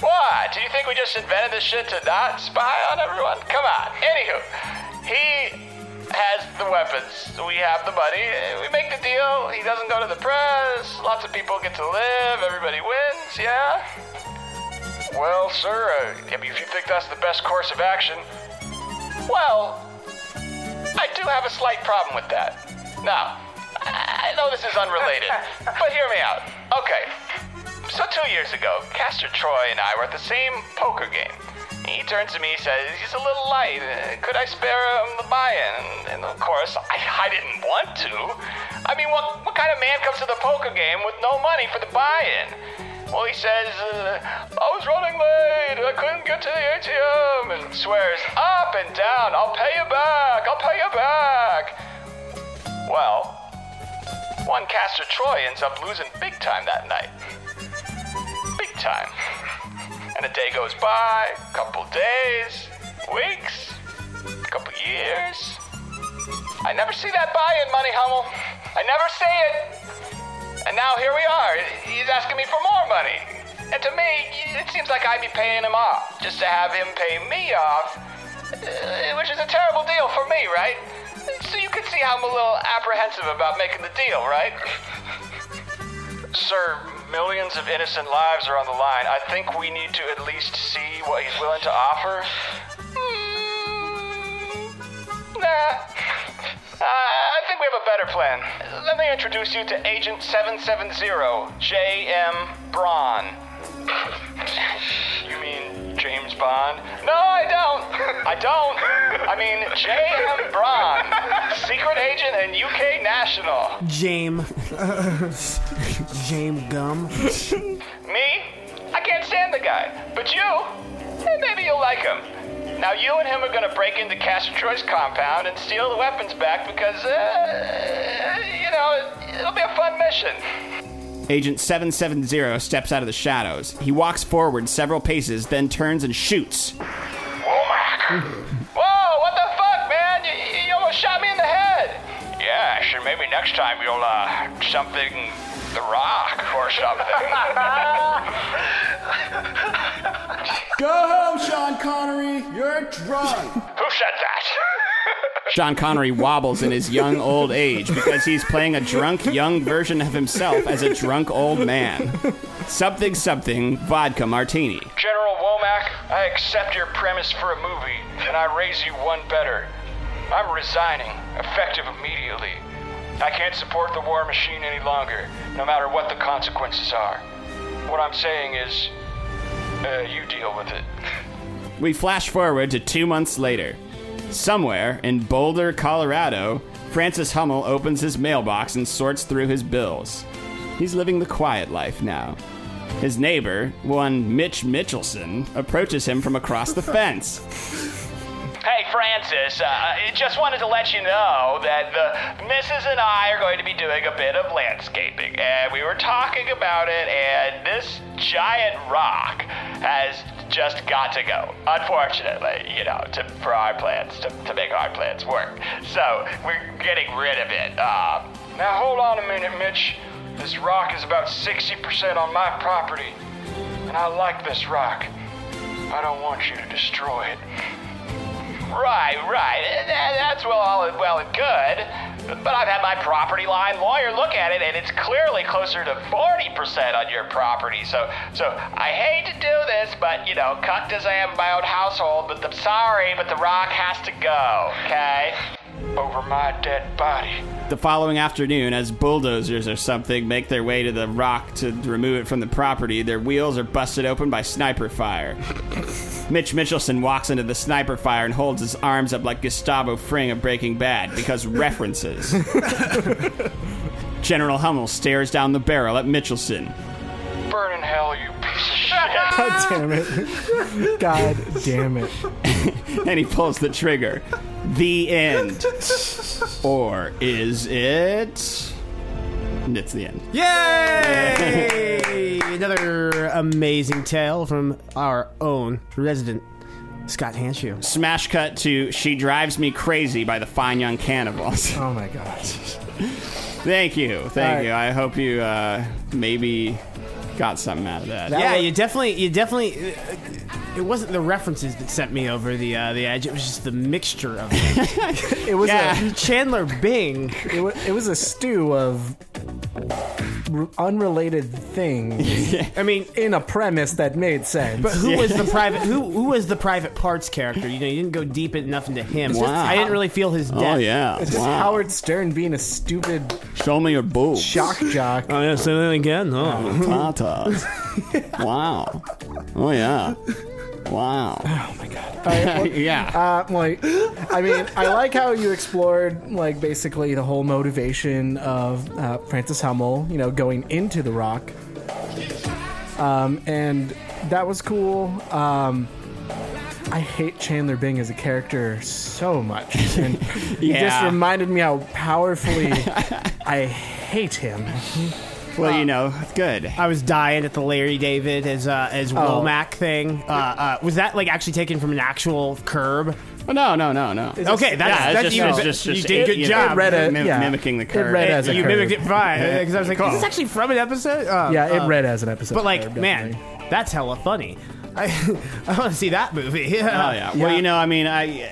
B: What? Do you think we just invented this shit to not spy on everyone? Come on. Anywho, he has the weapons. We have the money. We make the deal. He doesn't go to the press. Lots of people get to live. Everybody wins. Yeah. Well, sir, uh, I mean, if you think that's the best course of action, well, I do have a slight problem with that. Now, I I know this is unrelated, but hear me out. Okay, so two years ago, Caster Troy and I were at the same poker game. He turns to me and says, he's a little light. Uh, Could I spare him the buy-in? And of course, I, I didn't want to. I mean, what, what kind of man comes to the poker game with no money for the buy-in? Well, he says, uh, I was running late. I couldn't get to the ATM. And swears up and down, I'll pay you back. I'll pay you back. Well, one Caster Troy ends up losing big time that night big time. And a day goes by, couple days, weeks, couple years. I never see that buy-in money, Hummel. I never see it. And now here we are. He's asking me for more money. And to me, it seems like I'd be paying him off just to have him pay me off, uh, which is a terrible deal for me, right? So you can see how I'm a little apprehensive about making the deal, right? Sir, millions of innocent lives are on the line. I think we need to at least see what he's willing to offer. Mm, nah. Uh, I think we have a better plan. Let me introduce you to Agent 770, J.M. Braun. you mean James Bond? No, I don't. I don't. I mean, J.M. Braun, secret agent and UK national.
D: James. James Gum.
B: Me? I can't stand the guy. But you? eh, Maybe you'll like him. Now you and him are gonna break into Castor Troy's compound and steal the weapons back because, uh, you know, it'll be a fun mission.
E: Agent 770 steps out of the shadows. He walks forward several paces, then turns and shoots.
B: Whoa, what the fuck, man? You, you almost shot me in the head. Yeah, sure. Maybe next time you'll, uh, something The Rock or something.
F: Go home, Sean Connery. You're drunk.
B: Who said that?
E: Sean Connery wobbles in his young old age because he's playing a drunk young version of himself as a drunk old man. Something something vodka martini.
B: General Womack, I accept your premise for a movie, and I raise you one better. I'm resigning, effective immediately. I can't support the war machine any longer, no matter what the consequences are. What I'm saying is, uh, you deal with it.
E: We flash forward to two months later. Somewhere in Boulder, Colorado, Francis Hummel opens his mailbox and sorts through his bills. He's living the quiet life now. His neighbor, one Mitch Mitchelson, approaches him from across the fence.
B: Hey, Francis, uh, I just wanted to let you know that the Mrs. and I are going to be doing a bit of landscaping, and we were talking about it, and this giant rock has just got to go, unfortunately, you know, to, for our plans, to, to make our plans work. So, we're getting rid of it. Uh, now, hold on a minute, Mitch. This rock is about 60% on my property, and I like this rock. I don't want you to destroy it. Right, right. Th- th- That's well, all well and good. But I've had my property line lawyer look at it, and it's clearly closer to 40% on your property. So, so I hate to do this, but you know, cucked as I am in my own household, but I'm sorry, but the rock has to go. Okay. over my dead body.
E: The following afternoon, as bulldozers or something make their way to the rock to remove it from the property, their wheels are busted open by sniper fire. Mitch Mitchelson walks into the sniper fire and holds his arms up like Gustavo Fring of Breaking Bad because references. General Hummel stares down the barrel at Mitchelson.
B: Burn in hell, you piece of shit.
C: God damn it. God damn it.
E: and he pulls the trigger. The end. Or is it? It's the end.
D: Yay! Another amazing tale from our own resident Scott Hanshew.
E: Smash cut to She Drives Me Crazy by the Fine Young Cannibals.
C: Oh my god.
E: Thank you. Thank
C: Alright.
E: you. I hope you uh, maybe got something out of that.
C: That
D: Yeah,
C: was-
D: you definitely, you definitely. uh, It wasn't the references that sent me over the uh, the edge. It was just the mixture of them.
C: It was
E: Yeah.
C: a
D: Chandler Bing.
C: it was, it was a stew of r- unrelated things
D: I mean,
C: in a premise that made sense.
D: But who was the private? Who who was the private parts character? You know, you didn't go deep enough into him.
E: Wow.
D: I didn't really feel his death.
E: Oh yeah.
C: It's just
E: Wow.
C: Howard Stern being a stupid
E: Show me your boobs.
C: shock jock.
D: Oh yeah, say that again. Oh.
E: Tatas. wow. Oh yeah. Wow. yeah.
C: Oh, Uh, like, I mean, I like how you explored like basically the whole motivation of uh, Francis Hummel, you know, going into the Rock, um, and that was cool. Um, I hate Chandler Bing as a character so much, and you just
E: Yeah.
C: reminded me how powerfully I hate him.
E: Well, you know, good.
C: Uh,
D: I was dying at the Larry David as uh, as
C: Oh.
D: Womack thing. Uh, uh, was that like actually taken from an actual curb?
E: Oh, No, no, no, no.
D: Okay, that's,
E: Yeah, it's
D: that's
E: just-
D: even
E: it's
D: better.
E: just-
D: you
E: just-
D: did
E: it-
D: good
E: you know,
D: job.
C: It read it,
E: Mim-
C: yeah.
E: mimicking the curve.
C: It read as a
D: you
C: curve.
D: mimicked it fine
E: Yeah.
D: because I was like, "Oh, is this
E: Cool.
D: actually from an episode? Uh,
C: Yeah,
D: uh,
C: it read as an episode.
D: But like,
C: curve, definitely.
D: man, that's hella funny. I, I want to see that movie.
E: Oh yeah. Well, you know, I mean, I.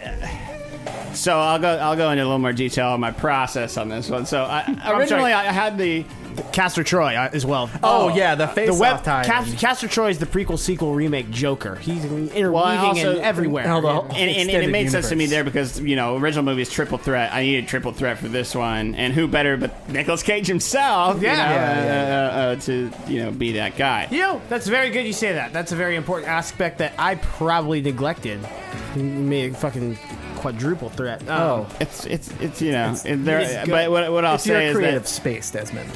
E: So I'll go. I'll go into a little more detail on my process on this one. So I, originally, I had the
D: Castor Troy uh, as well.
C: Oh, yeah, the face
D: the web
C: off time.
D: Cas- Castor Troy is the prequel, sequel, remake Joker. He's interweaving
E: Well, I also-
D: in everywhere.
C: Hell, the-
E: and, and, and it
C: Extended
E: made sense to me
C: universe.
E: there because you know original movie is triple threat. I needed triple threat for this one, and who better but Nicolas Cage himself? you
D: Yeah.
E: know,
D: Yeah,
E: uh, uh, uh, to you know be that guy.
D: You know, that's very good. You say that. That's a very important aspect that I probably neglected. You Made a fucking quadruple threat. Um,
C: Oh.
E: It's it's it's you know it- there-
D: it's good.
E: but what, what I'll
C: it's
E: say
C: your
E: is
C: creative
E: that
C: space, Desmond.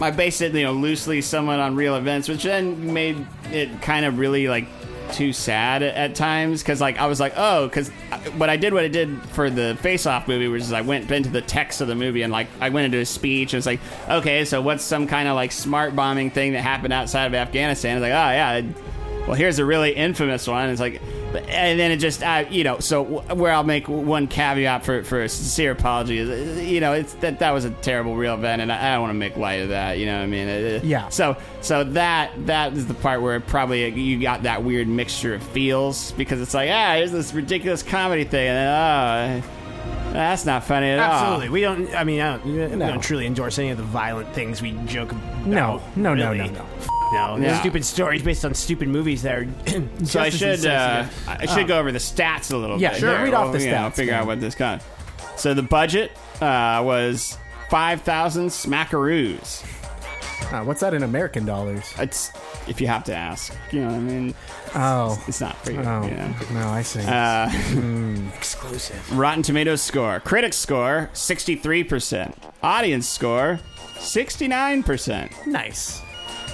E: I based it, you know, loosely somewhat on real events, which then made it kind of really like too sad at, at times because like I was like, oh, because what I did, what I did for the Face Off movie, was I went into the text of the movie and like I went into a speech and it's like, okay, so what's some kind of like smart bombing thing that happened outside of Afghanistan? It's like, oh yeah, it- well here's a really infamous one. It's like. And then it just, I, you know, so wh- where I'll make one caveat for, for a sincere apology is, uh, you know, it's that that was a terrible real event, and I, I don't want to make light of that. You know what I mean? It- it-
C: Yeah.
E: So so that that is the part where probably uh, you got that weird mixture of feels because it's like, ah, here's this ridiculous comedy thing, and then, oh, that's not funny at
D: absolutely.
E: all.
D: We don't. I mean, I don't, we
C: No.
D: don't truly endorse any of the violent things we joke about.
C: No, no, no,
D: really.
C: no, no.
D: F- No,
E: Yeah.
D: stupid stories based on stupid movies that are.
E: So I should uh, I should go over the stats a little
C: Oh. Yeah,
E: bit.
C: sure.
E: here.
C: Read off the
E: you know,
C: stats,
E: figure
C: man.
E: out what this got. So the budget uh, was five thousand smackaroos.
C: Uh, what's that in American dollars?
E: It's if you have to ask, you know. what I mean,
C: Oh.
E: it's not free.
C: Oh,
E: You know?
C: no, I see.
D: Uh, exclusive.
E: Rotten Tomatoes score, critics score, sixty-three percent. Audience score, sixty-nine percent.
C: nice.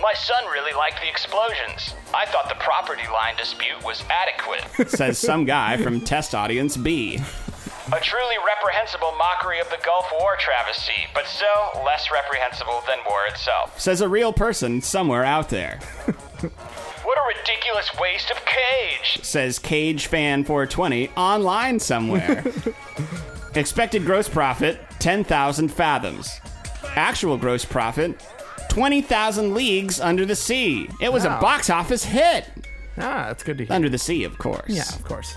B: My son really liked the explosions. I thought the property line dispute was adequate.
E: Says some guy from test audience B.
B: A truly reprehensible mockery of the Gulf War travesty, but so less reprehensible than war itself.
E: Says a real person somewhere out there.
B: What a ridiculous waste of cage!
E: Says Cage Fan 420 online somewhere. Expected gross profit, ten thousand fathoms. Actual gross profit, twenty thousand leagues under the sea. It was a
D: Wow.
E: box office hit.
C: Ah, that's good to hear.
E: Under the sea, of course.
C: yeah, of course.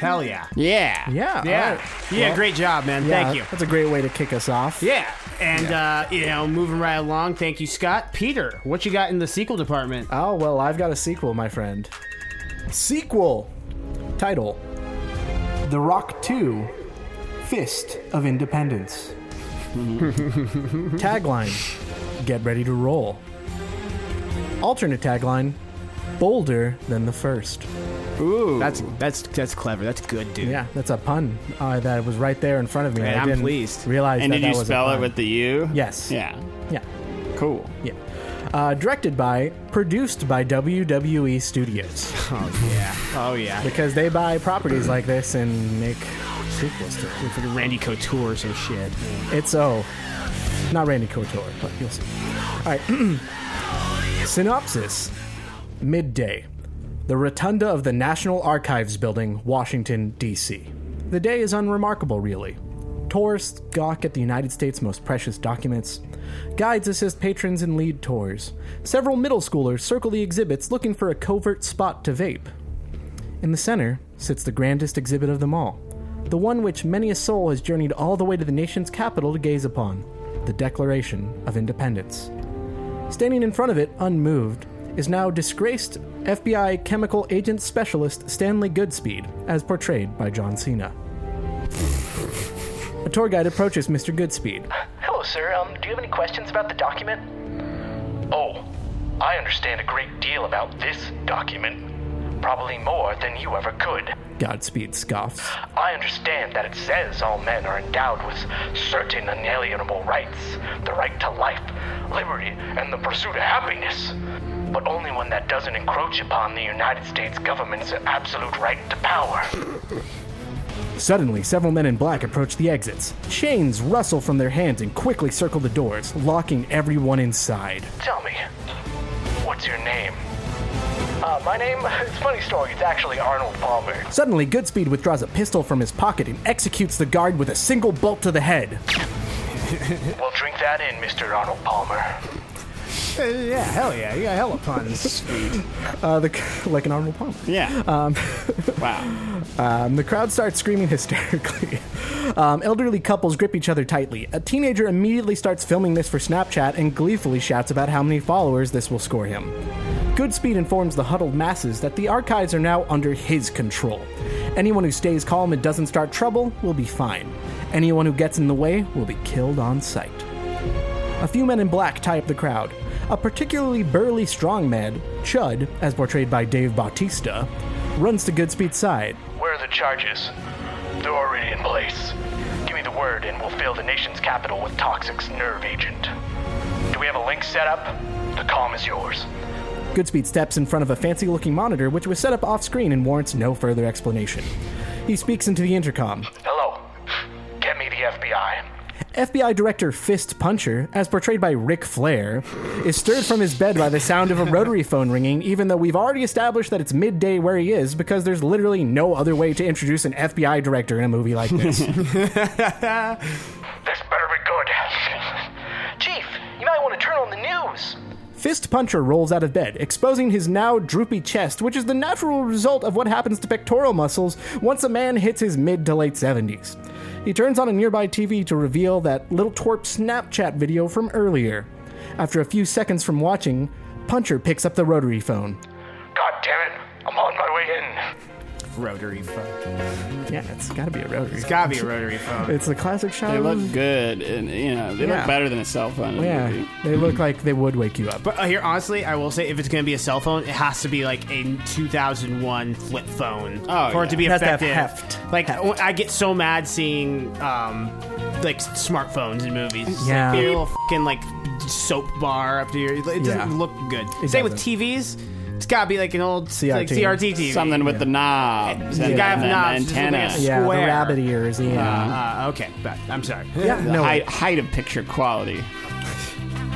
D: Hell yeah.
E: Yeah.
C: Yeah.
D: Yeah.
C: all right.
D: Yeah, great job, man.
C: Oh, Yeah,
D: Thank you.
C: That's a great way to kick us off.
D: Yeah. And, Uh, you know, moving right along, thank you, Scott. Peter, what you got in the sequel department?
C: Oh, well, I've got a sequel, my friend. Sequel. Title The Rock 2 Fist of Independence. tagline Get ready to roll. Alternate tagline Bolder than the first.
D: That's that's that's clever. That's good, dude.
C: Yeah, that's a pun uh, that was right there in front of me.
D: And
C: I
D: I'm
C: didn't
D: pleased.
C: Realize
E: And
C: that
E: did
C: that
E: you
C: was a
E: spell it
C: pun.
E: with the U?
C: Yes.
E: Yeah.
C: Yeah,
E: Cool.
C: yeah. Uh, directed by, produced by WWE Studios
D: Oh yeah. Oh yeah.
C: because they buy properties like this and make sequels to it.
D: Like freaking Randy Couture or some shit.
C: It's oh, not Randy Couture, but you'll see. All right. Synopsis: Midday, the rotunda of the National Archives Building, Washington D.C. The day is unremarkable, really. Tourists gawk at the United States' most precious documents. Guides assist patrons and lead tours. Several middle schoolers circle the exhibits looking for a covert spot to vape. In the center sits the grandest exhibit of them all, the one which many a soul has journeyed all the way to the nation's capital to gaze upon the Declaration of Independence. Standing in front of it, unmoved, is now disgraced FBI chemical agent specialist Stanley Goodspeed, as portrayed by John Cena. A tour guide approaches Mr. Goodspeed.
G: Hello, sir. Um, do you have any questions about the document? Oh, I understand a great deal about this document. Probably more than you ever could.
C: Godspeed scoffs.
G: I understand that it says all men are endowed with certain inalienable rights the right to life, liberty, and the pursuit of happiness. But only one that doesn't encroach upon the United States government's absolute right to power.
C: Suddenly, several men in black approach the exits. Chains rustle from their hands and quickly circle the doors, locking everyone inside.
G: Tell me, what's your name? Uh, my name? It's a funny story. It's actually Arnold Palmer.
C: Suddenly, Goodspeed withdraws a pistol from his pocket and executes the guard with a single bolt to the head.
G: Well, drink that in, Mr. Arnold Palmer.
D: Uh, yeah, hell yeah. You got hella puns.
C: Uh, the, like an Arnold Palmer.
E: Yeah. Um. wow.
C: Um, the crowd starts screaming hysterically. Um, elderly couples grip each other tightly. A teenager immediately starts filming this for Snapchat and gleefully shouts about how many followers this will score him. Goodspeed informs the huddled masses that the archives are now under his control. Anyone who stays calm and doesn't start trouble will be fine. Anyone who gets in the way will be killed on sight. A few men in black tie up the crowd. A particularly burly strongman, Chud, as portrayed by Dave Bautista, runs to Goodspeed's side.
G: Where are the charges? They're already in place. Give me the word, and we'll fill the nation's capital with Toxic's nerve agent. Do we have a link set up? The calm is yours.
C: Goodspeed steps in front of a fancy looking monitor which was set up off screen and warrants no further explanation. He speaks into the intercom.
G: Hello. Get me the FBI.
C: FBI Director Fist Puncher, as portrayed by Ric Flair, is stirred from his bed by the sound of a rotary phone ringing, even though we've already established that it's midday where he is because there's literally no other way to introduce an FBI director in a movie like this.
G: This better be good. Chief, you might want to turn on the news.
C: Fist Puncher rolls out of bed, exposing his now droopy chest, which is the natural result of what happens to pectoral muscles once a man hits his mid to late 70s. He turns on a nearby TV to reveal that Little Twerp Snapchat video from earlier. After a few seconds from watching, Puncher picks up the rotary phone.
G: God damn it. I'm on my way in.
D: rotary phone.
C: Yeah, it's gotta be a rotary.
D: It's gotta be a rotary phone.
C: It's the classic shot.
E: They
C: of
E: look
C: them.
E: good, and you know they
C: Yeah.
E: look better than a cell phone. in a
C: Yeah,
E: movie.
C: they look like they would wake you up.
D: But uh, here, honestly, I will say if it's going to be a cell phone, it has to be like a 2001 flip phone
E: Oh,
D: for it to
E: yeah.
D: be
E: It
C: has to have
D: effective.
C: heft.
D: Like I get so mad seeing um, like smartphones in movies. It's
C: Yeah.
D: like, your little fucking like soap bar up to your. It doesn't
C: Yeah.
D: look good.
C: It
D: Same with
C: doesn't.
D: TVs. It's got to be like an old like
C: CRT.
D: CRT TV.
E: Something with the knobs.
D: The
E: and
D: guy
E: and
D: with
E: the
D: knobs is
E: Antenna.
D: like a-
C: yeah, the
D: square.
C: rabbit ears. Yeah,
D: Uh, okay, but I'm sorry.
C: yeah, no,
E: Height, height of picture quality.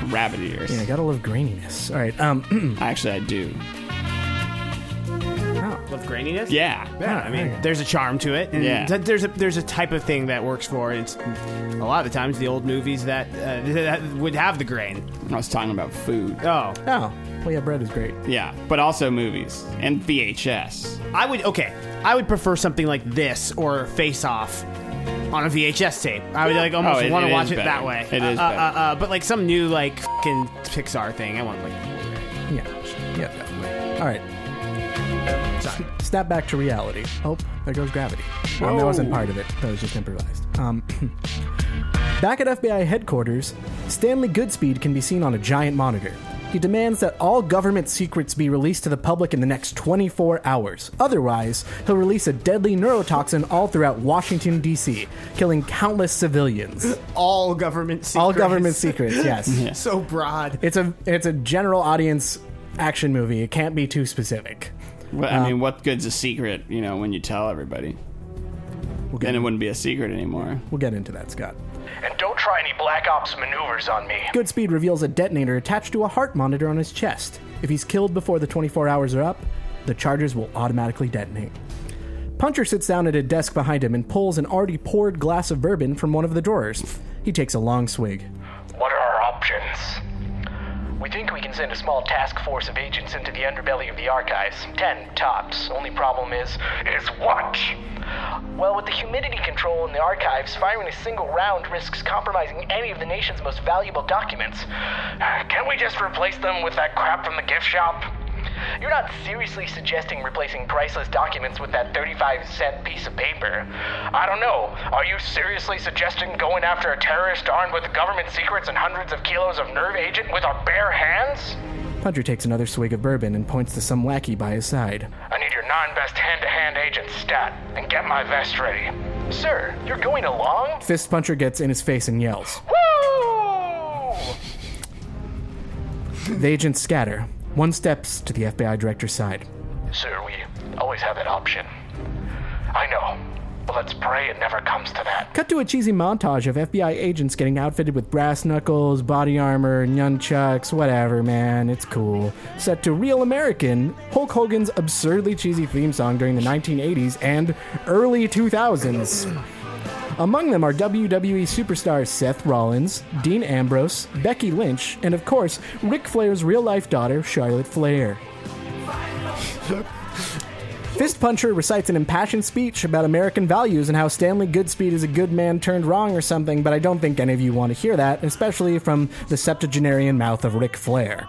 E: Rabbit ears.
C: yeah, gotta love graininess. All right, um,
E: Actually, I do.
D: Love graininess.
E: Yeah.
D: Yeah, I mean, there's a charm to it. And
E: Yeah.
D: th- there's a there's a type of thing that works for it. It's a lot of the times the old movies that, uh, that would have the grain.
E: I was talking about food.
D: Oh,
C: oh, well, yeah, bread is great.
E: Yeah, but also movies and VHS.
D: I would okay. I would prefer something like this or Face Off on a VHS tape. I would like almost
E: Oh, it-
D: want
E: it
D: to
E: is
D: watch it
E: better.
D: that way.
E: It is
D: Uh, uh,
E: better.
D: uh, uh, but like some new like fucking Pixar thing. I want like
C: Yeah, yeah, definitely. All right. Sorry. Snap back to reality. Oh, there goes gravity. Um, that wasn't part of it. That was just improvised. Um, back at FBI headquarters, Stanley Goodspeed can be seen on a giant monitor. He demands that all government secrets be released to the public in the next 24 hours. Otherwise, he'll release a deadly neurotoxin all throughout Washington, D.C., killing countless civilians.
D: All government secrets.
C: All government secrets, yes.
D: So broad.
C: It's a it's a general audience action movie. It can't be too specific.
E: Well,
C: Uh-huh.
E: I mean, what good's a secret, you know, when you tell everybody?
C: get
E: then it wouldn't be a secret anymore.
C: We'll get into that, Scott.
G: And don't try any Black Ops maneuvers on me.
C: Goodspeed reveals a detonator attached to a heart monitor on his chest. If he's killed before the 24 hours are up, the charges will automatically detonate. Puncher sits down at a desk behind him and pulls an already poured glass of bourbon from one of the drawers. He takes a long swig.
G: What are our options? We think we can send a small task force of agents into the underbelly of the archives. Ten tops. Only problem is. Is what? Well, with the humidity control in the archives, firing a single round risks compromising any of the nation's most valuable documents. Can we just replace them with that crap from the gift shop? You're not seriously suggesting replacing priceless documents with that 35 cent piece of paper. I don't know. Are you seriously suggesting going after a terrorist armed with government secrets and hundreds of kilos of nerve agent with our bare hands?
C: Puncher takes another swig of bourbon and points to some lackey by his side.
G: I need your non best hand to hand agent stat and get my vest ready. Sir, you're going along?
C: Fist Puncher gets in his face and yells.
G: Woo!
C: The agents scatter. One steps to the FBI director's side.
G: Sir, we always have that option. I know. But let's pray it never comes to that.
C: Cut to a cheesy montage of FBI agents getting outfitted with brass knuckles, body armor, nunchucks, whatever, man. It's cool. Set to Real American, Hulk Hogan's absurdly cheesy theme song during the 1980s and early 2000s. Among them are WWE superstars Seth Rollins, Dean Ambrose, Becky Lynch, and of course, Ric Flair's real life daughter, Charlotte Flair. Fist Puncher recites an impassioned speech about American values and how Stanley Goodspeed is a good man turned wrong or something, but I don't think any of you want to hear that, especially from the septuagenarian mouth of Ric Flair.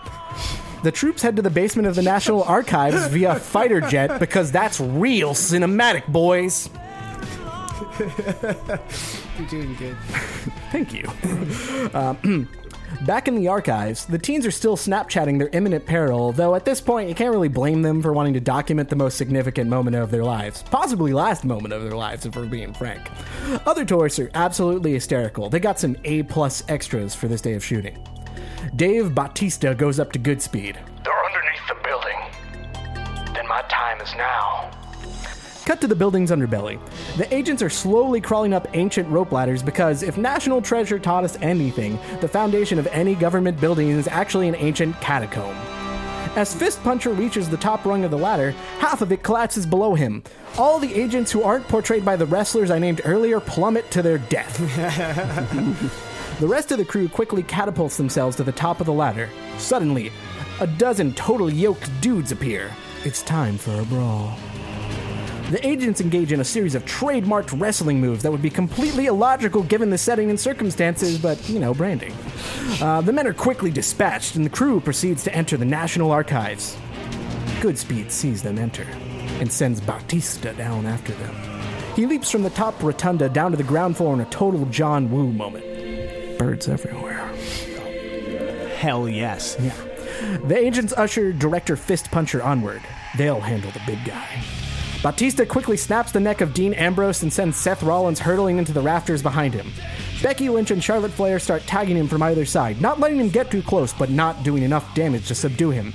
C: The troops head to the basement of the National Archives via fighter jet because that's real cinematic, boys.
D: You're doing good.
C: Thank you. Um, back in the archives, the teens are still Snapchatting their imminent peril, though at this point, you can't really blame them for wanting to document the most significant moment of their lives. Possibly last moment of their lives, if we're being frank. Other tourists are absolutely hysterical. They got some A plus extras for this day of shooting. Dave Bautista goes up to Goodspeed.
G: They're underneath the building. Then my time is now.
C: Cut to the building's underbelly. The agents are slowly crawling up ancient rope ladders because if national treasure taught us anything, the foundation of any government building is actually an ancient catacomb. As Fist Puncher reaches the top rung of the ladder, half of it collapses below him. All the agents who aren't portrayed by the wrestlers I named earlier plummet to their death. The rest of the crew quickly catapults themselves to the top of the ladder. Suddenly, a dozen total yoked dudes appear. It's time for a brawl. The agents engage in a series of trademarked wrestling moves that would be completely illogical given the setting and circumstances, but, you know, branding. Uh, the men are quickly dispatched, and the crew proceeds to enter the National Archives. Goodspeed sees them enter and sends Bautista down after them. He leaps from the top rotunda down to the ground floor in a total John Woo moment. Birds everywhere.
D: Hell yes.
C: The agents usher director Fist Puncher onward. They'll handle the big guy. Batista quickly snaps the neck of Dean Ambrose and sends Seth Rollins hurtling into the rafters behind him. Becky Lynch and Charlotte Flair start tagging him from either side, not letting him get too close, but not doing enough damage to subdue him.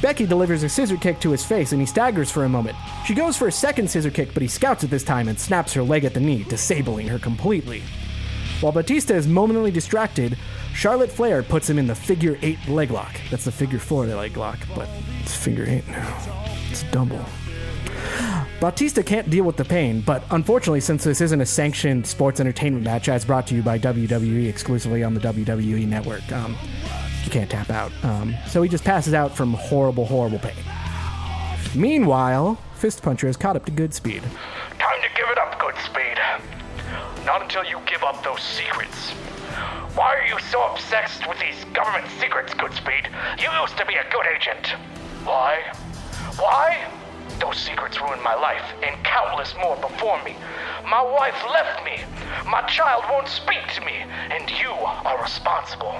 C: Becky delivers a scissor kick to his face and he staggers for a moment. She goes for a second scissor kick, but he scouts it this time and snaps her leg at the knee, disabling her completely. While Batista is momentarily distracted, Charlotte Flair puts him in the figure eight leg lock. That's the figure four leg lock, but it's figure eight now. It's double. Bautista can't deal with the pain, but unfortunately, since this isn't a sanctioned sports entertainment match, as brought to you by WWE exclusively on the WWE network, um, you can't tap out. Um, so he just passes out from horrible, horrible pain. Meanwhile, Fist Puncher is caught up to Goodspeed.
G: Time to give it up, Goodspeed. Not until you give up those secrets. Why are you so obsessed with these government secrets, Goodspeed? You used to be a good agent. Why? Why? Those secrets ruined my life, and countless more before me. My wife left me. My child won't speak to me, and you are responsible.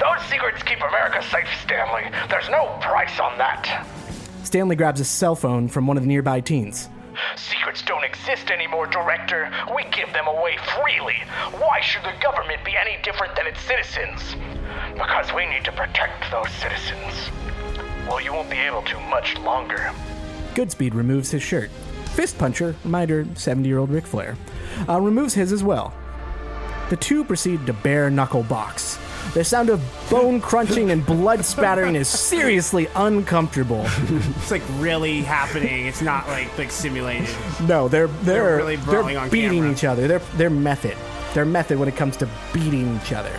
G: Those secrets keep America safe, Stanley. There's no price on that.
C: Stanley grabs a cell phone from one of the nearby teens.
G: Secrets don't exist anymore, Director. We give them away freely. Why should the government be any different than its citizens? Because we need to protect those citizens. Well, you won't be able to much longer.
C: Goodspeed removes his shirt. Fist Puncher, reminder 70 year old Ric Flair, uh, removes his as well. The two proceed to bare knuckle box. The sound of bone crunching and blood spattering is seriously uncomfortable.
D: It's like really happening. It's not like like simulated.
C: No, they're they're they're,
D: really brawling on
C: beating
D: camera.
C: each other. They're they're method. They're method when it comes to beating each other.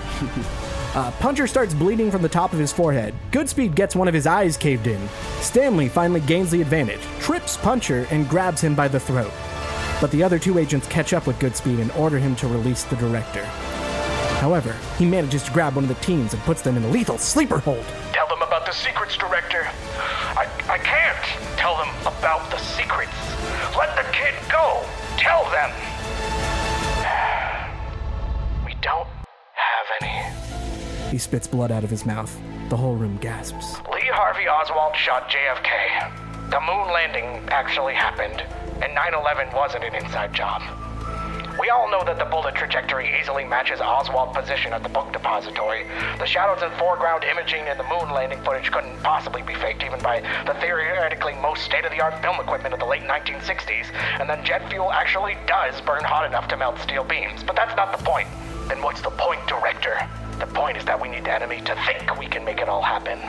C: Uh, Puncher starts bleeding from the top of his forehead. Goodspeed gets one of his eyes caved in. Stanley finally gains the advantage, trips Puncher, and grabs him by the throat. But the other two agents catch up with Goodspeed and order him to release the director. However, he manages to grab one of the teens and puts them in a lethal sleeper hold.
G: Tell them about the secrets, Director. I, I can't tell them about the secrets. Let the kid go. Tell them. We don't have any.
C: He spits blood out of his mouth. The whole room gasps.
G: Lee Harvey Oswald shot JFK. The moon landing actually happened, and 9 11 wasn't an inside job. We all know that the bullet trajectory easily matches Oswald's position at the book depository. The shadows and foreground imaging and the moon landing footage couldn't possibly be faked even by the theoretically most state of the art film equipment of the late 1960s, and then jet fuel actually does burn hot enough to melt steel beams. But that's not the point. Then what's the point, Director? The point is that we need the enemy to think we can make it all happen.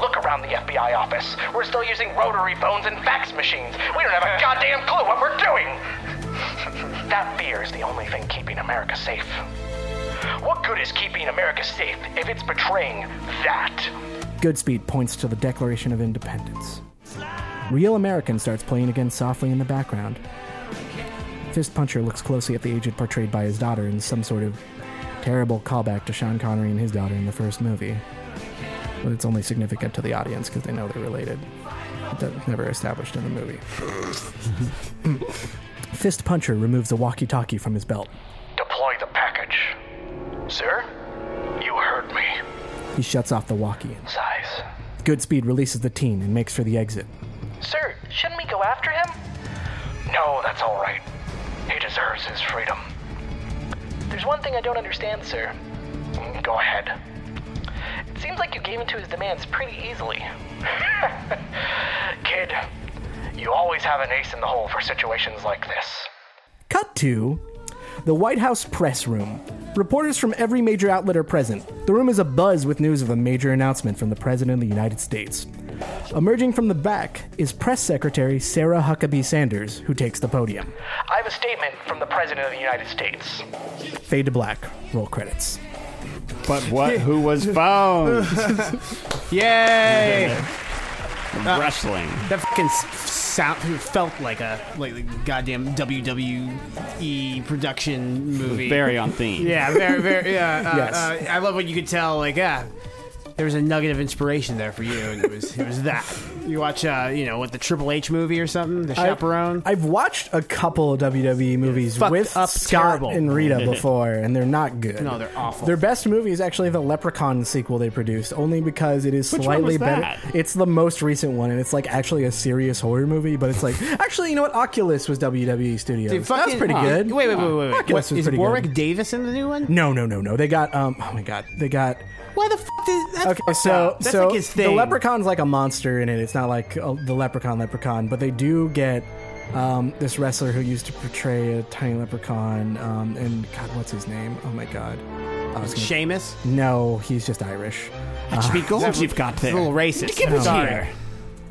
G: Look around the FBI office. We're still using rotary phones and fax machines. We don't have a goddamn clue what we're doing. that fear is the only thing keeping America safe. What good is keeping America safe if it's betraying that?
C: Goodspeed points to the Declaration of Independence. Real American starts playing again softly in the background. Fist Puncher looks closely at the agent portrayed by his daughter in some sort of terrible callback to Sean Connery and his daughter in the first movie. But it's only significant to the audience because they know they're related. But That's never established in the movie. Fist Puncher removes a walkie talkie from his belt.
G: Deploy the package. Sir? You heard me.
C: He shuts off the walkie.
G: Size.
C: Goodspeed releases the teen and makes for the exit.
G: Sir, shouldn't we go after him? No, that's all right. He deserves his freedom. There's one thing I don't understand, sir. Go ahead. It seems like you gave in to his demands pretty easily. Kid, you always have an ace in the hole for situations like this.
C: Cut to the White House press room. Reporters from every major outlet are present. The room is abuzz with news of a major announcement from the President of the United States. Emerging from the back is Press Secretary Sarah Huckabee Sanders, who takes the podium.
G: I have a statement from the President of the United States.
C: Fade to black, roll credits.
E: But what? Who was found?
D: Yay!
E: Wrestling.
D: That fucking s- sound felt like a like, like goddamn WWE production movie.
E: Very on theme.
D: Uh, Yeah, very, very. Yeah, uh,
C: Yes.
D: uh, I love what you could tell. Like, yeah, there was a nugget of inspiration there for you, and it was it was that. You watch, uh, you know, what the Triple H movie or something, The Chaperone.
C: I've watched a couple of WWE movies
D: Fucked
C: with
D: up
C: Scott
D: terrible.
C: and Rita before, and they're not good.
D: No, they're awful.
C: Their best movie is actually the Leprechaun sequel they produced, only because it is
E: Which one
C: slightly
E: was
C: better.
E: that?
C: It's the most recent one, and it's like actually a serious horror movie, but it's like actually, you know what? Oculus was WWE Studios.
D: Dude, fucking-
C: That's pretty
D: uh,
C: good.
D: Wait, wait, wait, wait. wait.
C: Fuck, this
D: What,
C: was
D: is
C: pretty
D: Warwick
C: good. Mm.
D: Davis in the new one?
C: No, no, no, no. They got um. Oh my god, they got.
D: Why the fuck did that?
C: Okay, so
D: that's
C: so
D: like his thing.
C: the leprechaun's like a monster in it. It's not like a, the leprechaun leprechaun, but they do get um, this wrestler who used to portray a tiny leprechaun. Um, and God, what's his name? Oh my God, I was gonna,
D: Seamus.
C: no, he's just Irish. Um,
E: Should be gold you've got
D: It's
E: there.
D: a little racist.
E: Give it
D: Sorry.
E: here.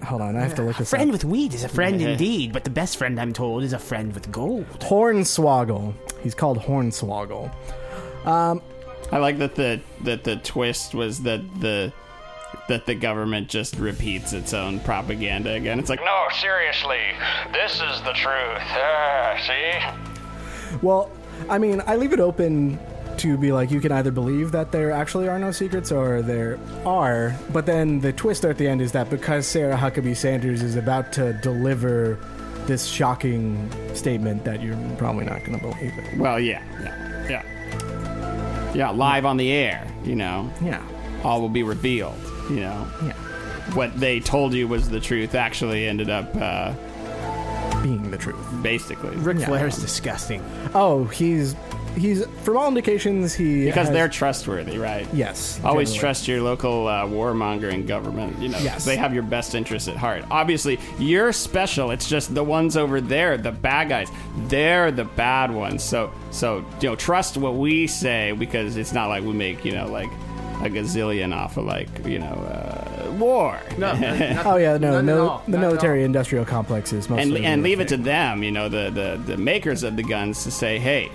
C: Hold on, I have to look this
D: Friend
C: up.
D: with weed is a friend
E: Yeah.
D: indeed, but the best friend I'm told is a friend with gold.
C: Hornswoggle. He's called Hornswoggle.
E: I like that the that the twist was that the that the government just repeats its own propaganda again. It's like
G: No, seriously. This is the truth. Ah, see?
C: Well, I mean, I leave it open to be like you can either believe that there actually are no secrets or there are, but then the twist at the end is that because Sarah Huckabee Sanders is about to deliver this shocking statement that you're probably not going to believe it.
E: Well, yeah, yeah, yeah, yeah. Live on the air, you know,
C: Yeah.
E: all will be revealed. You know,
C: Yeah.
E: what they told you was the truth actually ended up uh,
C: Being the truth.
E: basically
D: Ric
C: Yeah.
D: Flair is disgusting.
C: Oh, he's he's from all indications he
E: because
C: has-
E: they're trustworthy, right?
C: yes
E: Always
C: generally.
E: trust your local uh, warmongering government. You know,
C: Yes.
E: they have your best interests at heart. Obviously, you're special. It's just the ones over there, the bad guys. They're the bad ones. So, so you know, trust what we say because it's not like we make you know like a gazillion off of like you know uh, war.
C: Oh yeah, no,
D: None at
C: no the
D: all. None at all.
C: military-industrial complex is
E: and
C: mostly
E: and leave it to them, you know, the, the the makers of the guns to say, hey,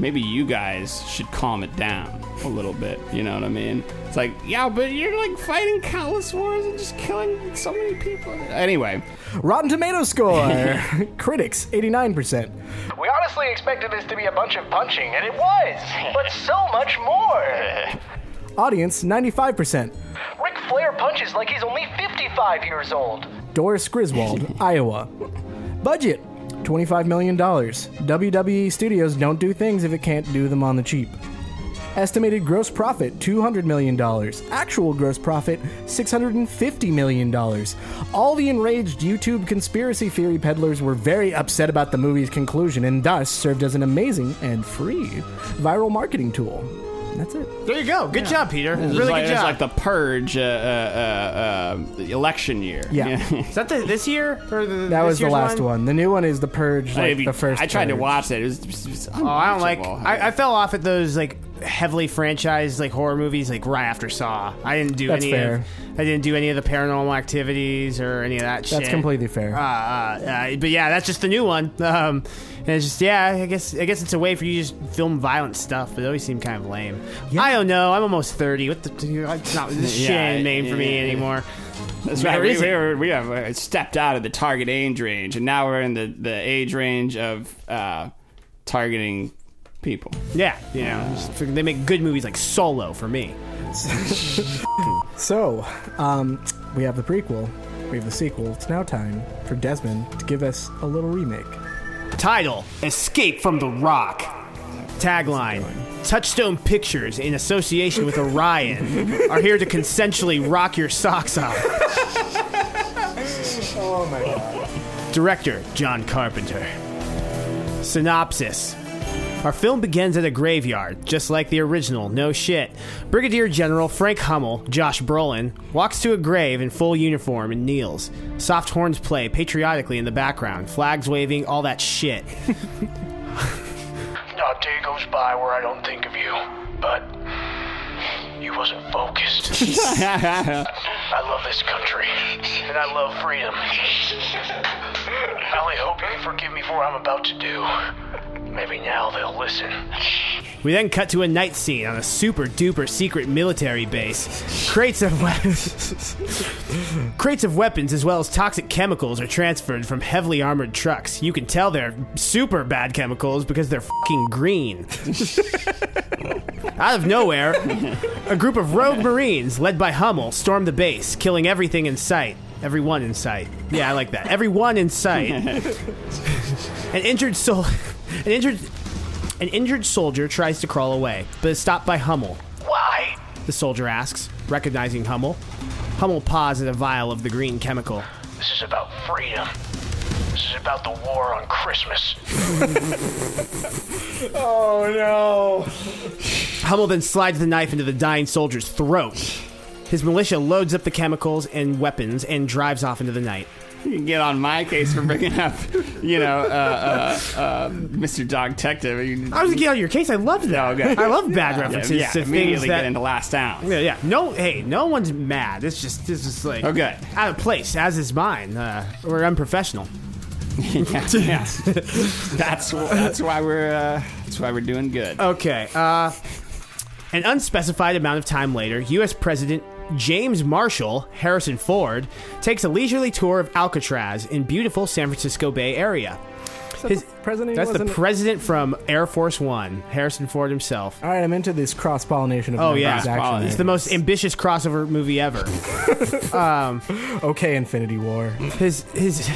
E: maybe you guys should calm it down a little bit. You know what I mean? It's like, yeah, but you're like fighting countless wars and just killing so many people. Anyway,
C: Rotten Tomato score, critics eighty-nine percent.
B: We honestly expected this to be a bunch of punching, and it was, but so much more.
C: Audience 95%.
B: Ric Flair punches like he's only 55 years old.
C: Doris Griswold, Iowa. Budget $25 million. WWE E studios don't do things if it can't do them on the cheap. Estimated gross profit $200 million. Actual gross profit $650 million. All the enraged YouTube conspiracy theory peddlers were very upset about the movie's conclusion and thus served as an amazing and free viral marketing tool. That's it.
D: There you go. Good job, Peter.
E: it's
D: really
E: like,
D: good
E: it's
D: job.
E: like the purge uh, uh, uh, uh, election year.
C: Yeah.
D: is that the, this year or the,
C: That
D: this
C: was the
D: year's
C: last one? The new one is The Purge, like
E: If you-
C: the first.
E: I tried to
C: Purge.
E: watch it. It was, it was
D: Oh, I don't like.
E: unwatchable.
D: I, I fell off at those like heavily franchised like horror movies like right after Saw. I didn't do
C: That's
D: any.
C: fair.
D: Of, I didn't do any of the paranormal activities or any of that shit.
C: completely fair.
D: Uh, uh, uh, but yeah, that's just the new one. Um, and it's just yeah, I guess I guess it's a way for you to just film violent stuff. But it always seemed kind of lame. I don't know. I'm almost thirty. What the? It's not this shit
E: Yeah,
D: ain't made for me
E: yeah.
D: anymore.
E: That's
D: There
E: right. We,
D: isn't.
E: we, were, we have uh, stepped out of the target age range, and now we're in the, the age range of uh, targeting people.
D: Yeah, you know, just fig- they make good movies like Solo for me.
C: So, um, we have the prequel, we have the sequel. It's now time for Desmond to give us a little remake.
D: Title Escape from the Rock. Tagline Touchstone Pictures, in association with Orion, are here to consensually rock your socks off. oh my Oh god. Director John Carpenter. Synopsis our film begins at a graveyard, just like the original, no shit. Brigadier General Frank Hummel, Josh Brolin, walks to a grave in full uniform and kneels. Soft horns play patriotically in the background, flags waving, all that shit.
B: A day goes by where I don't think of you, but you wasn't focused.
D: Oh,
B: I love this country, and I love freedom. I only hope you can forgive me for what I'm about to do. Maybe now they'll listen.
D: We then cut to a night scene on a super duper secret military base. Crates of weapons, crates of weapons, as well as toxic chemicals, are transferred from heavily armored trucks. You can tell they're super bad chemicals because they're fucking green. Out of nowhere, a group of rogue Marines led by Hummel storm the base, killing everything in sight. Everyone in sight. Yeah, I like that. Everyone in sight. an injured soul. An injured. An injured soldier tries to crawl away, but is stopped by Hummel.
B: Why?
D: The soldier asks, recognizing Hummel. Hummel paws at a vial of the green chemical.
B: This is about freedom. This is about the war on Christmas.
D: Hummel then slides the knife into the dying soldier's throat. His militia loads up the chemicals and weapons and drives off into the night.
E: You can get on my case for bringing up, you know, uh, uh, uh, Mr. Dog Detective. You,
D: I was gonna get on your case. I love that.
E: okay.
D: I love bad
E: yeah,
D: references
E: yeah,
D: to things
E: immediately
D: that.
E: get into last town.
D: yeah, yeah. No, hey, no one's mad. It's just, it's just like
E: Okay.
D: out of place, as is mine. Uh, we're unprofessional.
E: yeah, yeah. that's wh- that's why we're uh, that's why we're doing good.
D: Okay. Uh, an unspecified amount of time later, U.S. President James Marshall Harrison Ford takes a leisurely tour of Alcatraz in beautiful San Francisco Bay Area.
C: His president.
D: That's the
C: wasn't it?
D: president from Air Force One, Harrison Ford himself.
C: All right, I'm into this cross pollination of
D: Oh
C: numbers,
D: yeah,
C: action.
D: it's the most ambitious crossover movie ever.
C: okay Infinity War.
D: His his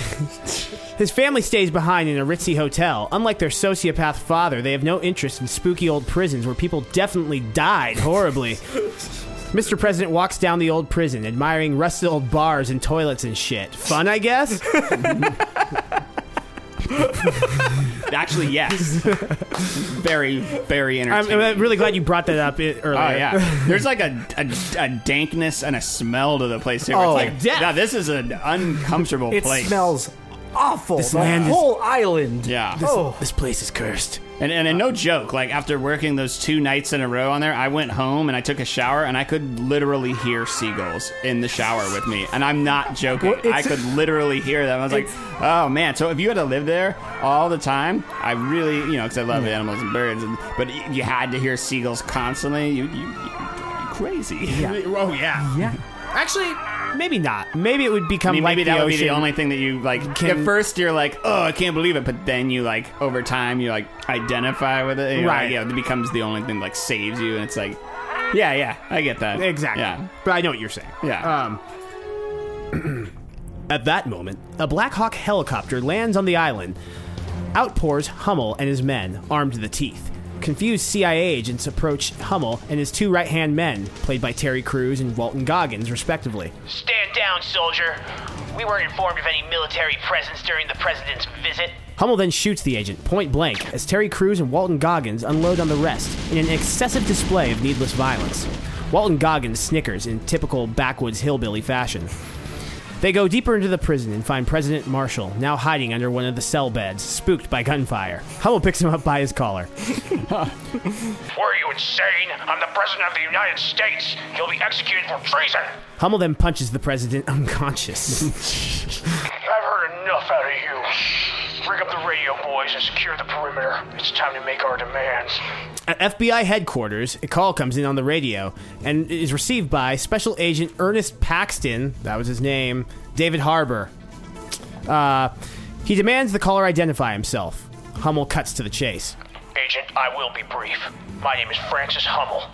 D: his family stays behind in a ritzy hotel. Unlike their sociopath father, they have no interest in spooky old prisons where people definitely died horribly. Mr. President walks down the old prison, admiring rusted old bars and toilets and shit. Fun, I guess.
E: Actually, yes. very, very
D: I'm,
E: entertaining.
D: I'm really glad you brought that up i- earlier.
E: Oh yeah, there's like a, a, a dankness and a smell to the place here.
D: Oh,
E: it's like
D: death.
E: yeah, this is an uncomfortable
C: It
E: place.
C: smells awful. This the
D: land is-
C: whole island.
E: yeah,
C: Oh,
D: This place is cursed.
E: and, and and no joke. Like after working those two nights in a row on there, I went home and I took a shower and I could literally hear seagulls in the shower with me, and I'm not joking.
C: Well, it's-
E: I could literally hear them. I was like, oh man. So if you had to live there all the time, I really you know because I love animals and birds, and, but y- you had to hear seagulls constantly. You you, you crazy. oh yeah.
D: Yeah. Actually, maybe not. Maybe it would become
E: I mean,
D: like
E: maybe that
D: the
E: would be the
D: ocean.
E: only thing that you like.
D: Can-
E: at first, you're like, "Oh, I can't believe it," but then you like over time, you like identify with it. and you're
D: Right.
E: like, yeah, it becomes the only thing like saves you, and it's like, yeah, yeah, I get that
D: Exactly.
E: Yeah.
D: But I know what you're saying.
E: Yeah.
D: Um, at that moment, a Black Hawk helicopter lands on the island. Out pours Hummel and his men, armed to the teeth. Confused CIA agents approach Hummel and his two right hand men, played by Terry Crews and Walton Goggins, respectively.
B: Stand down, soldier. We weren't informed of any military presence during the president's visit.
D: Hummel then shoots the agent point blank as Terry Crews and Walton Goggins unload on the rest in an excessive display of needless violence. Walton Goggins snickers in typical backwoods hillbilly fashion. They go deeper into the prison and find President Marshall, now hiding under one of the cell beds, spooked by gunfire. Hummel picks him up by his collar.
B: Were you insane? I'm the president of the United States. You'll be executed for treason.
D: Hummel then punches the president unconscious.
B: I've heard enough out of you. Rig up the radio, boys, and secure the perimeter. It's time to make our demands.
D: At FBI headquarters, a call comes in on the radio and is received by Special Agent Ernest Paxton, that was his name, David Harbour. Uh, he demands the caller identify himself. Hummel cuts to the chase.
B: Agent, I will be brief. My name is Francis Hummel.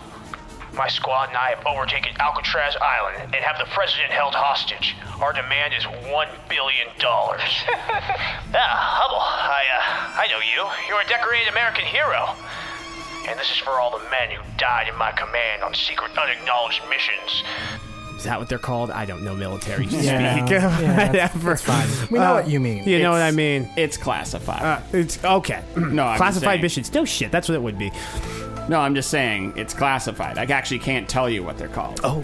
B: My squad and I have overtaken Alcatraz Island and have the president held hostage. Our demand is one billion dollars. ah, Hummel, I uh, I know you. You're a decorated American hero. And this is for all the men who died in my command on secret, unacknowledged missions.
D: Is that what they're called? I don't know military
C: Yeah.
D: speak.
C: Yeah, that's-
D: Whatever.
C: we know
D: Uh,
C: what you mean.
D: You know what I
E: It's-
D: mean?
E: It's classified.
D: Uh, it's okay.
E: No, I'm just
D: classified
E: saying.
D: missions. No shit. That's what it would be.
E: no, I'm just saying it's classified. I actually can't tell you what they're called. Oh,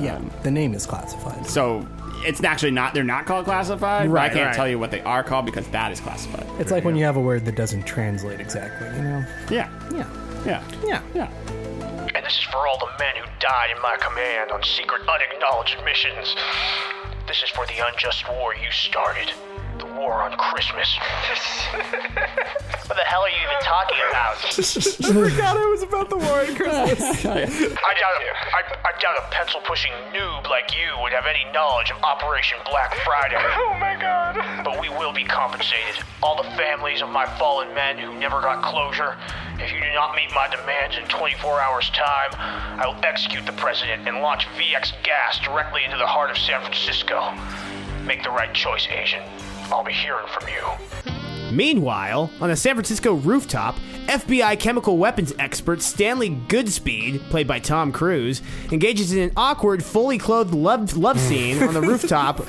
C: Yeah, the name is classified.
E: so it's actually not. They're not called classified. but I
D: Right,
E: can't
D: right.
E: tell you what they are called because that is classified.
C: It's like when you have a word that doesn't translate exactly, you know?
E: Yeah.
C: Yeah.
E: Yeah.
C: Yeah.
E: Yeah.
B: And this is for all the men who died in my command on secret, unacknowledged missions. This is for the unjust war you started. The war on Christmas. what the hell are you even talking about?
C: God, it was about the war on Christmas.
B: I doubt, a, I, I doubt a pencil pushing noob like you would have any knowledge of Operation Black Friday. Oh my god. But we will be compensated. All the families of my fallen men who never got closure. If you do not meet my demands in 24 hours' time, I will execute the president and launch VX gas directly into the heart of San Francisco. Make the right choice, Agent. I'll be hearing from you.
D: Meanwhile, on a San Francisco rooftop, FBI chemical weapons expert Stanley Goodspeed, played by Tom Cruise, engages in an awkward, fully clothed love, love scene on the rooftop,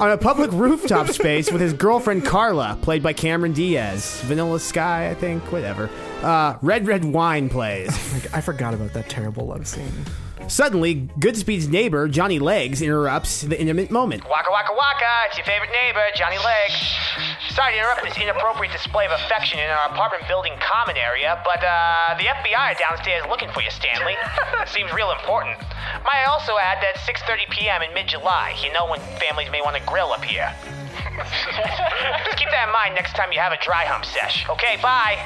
D: on a public rooftop space with his girlfriend Carla, played by Cameron Diaz. Vanilla Sky, I think, whatever. Uh, Red Red Wine plays.
C: I forgot about that terrible love scene.
D: Suddenly, Goodspeed's neighbor, Johnny Legs, interrupts the intimate moment.
B: Waka waka waka, it's your favorite neighbor, Johnny Legs. Sorry to interrupt this inappropriate display of affection in our apartment building common area, but uh, the FBI downstairs is looking for you, Stanley. Seems real important. Might I also add that 6:30 p.m. in mid-July, you know when families may want to grill up here. Just keep that in mind next time you have a dry hump sesh. Okay, bye.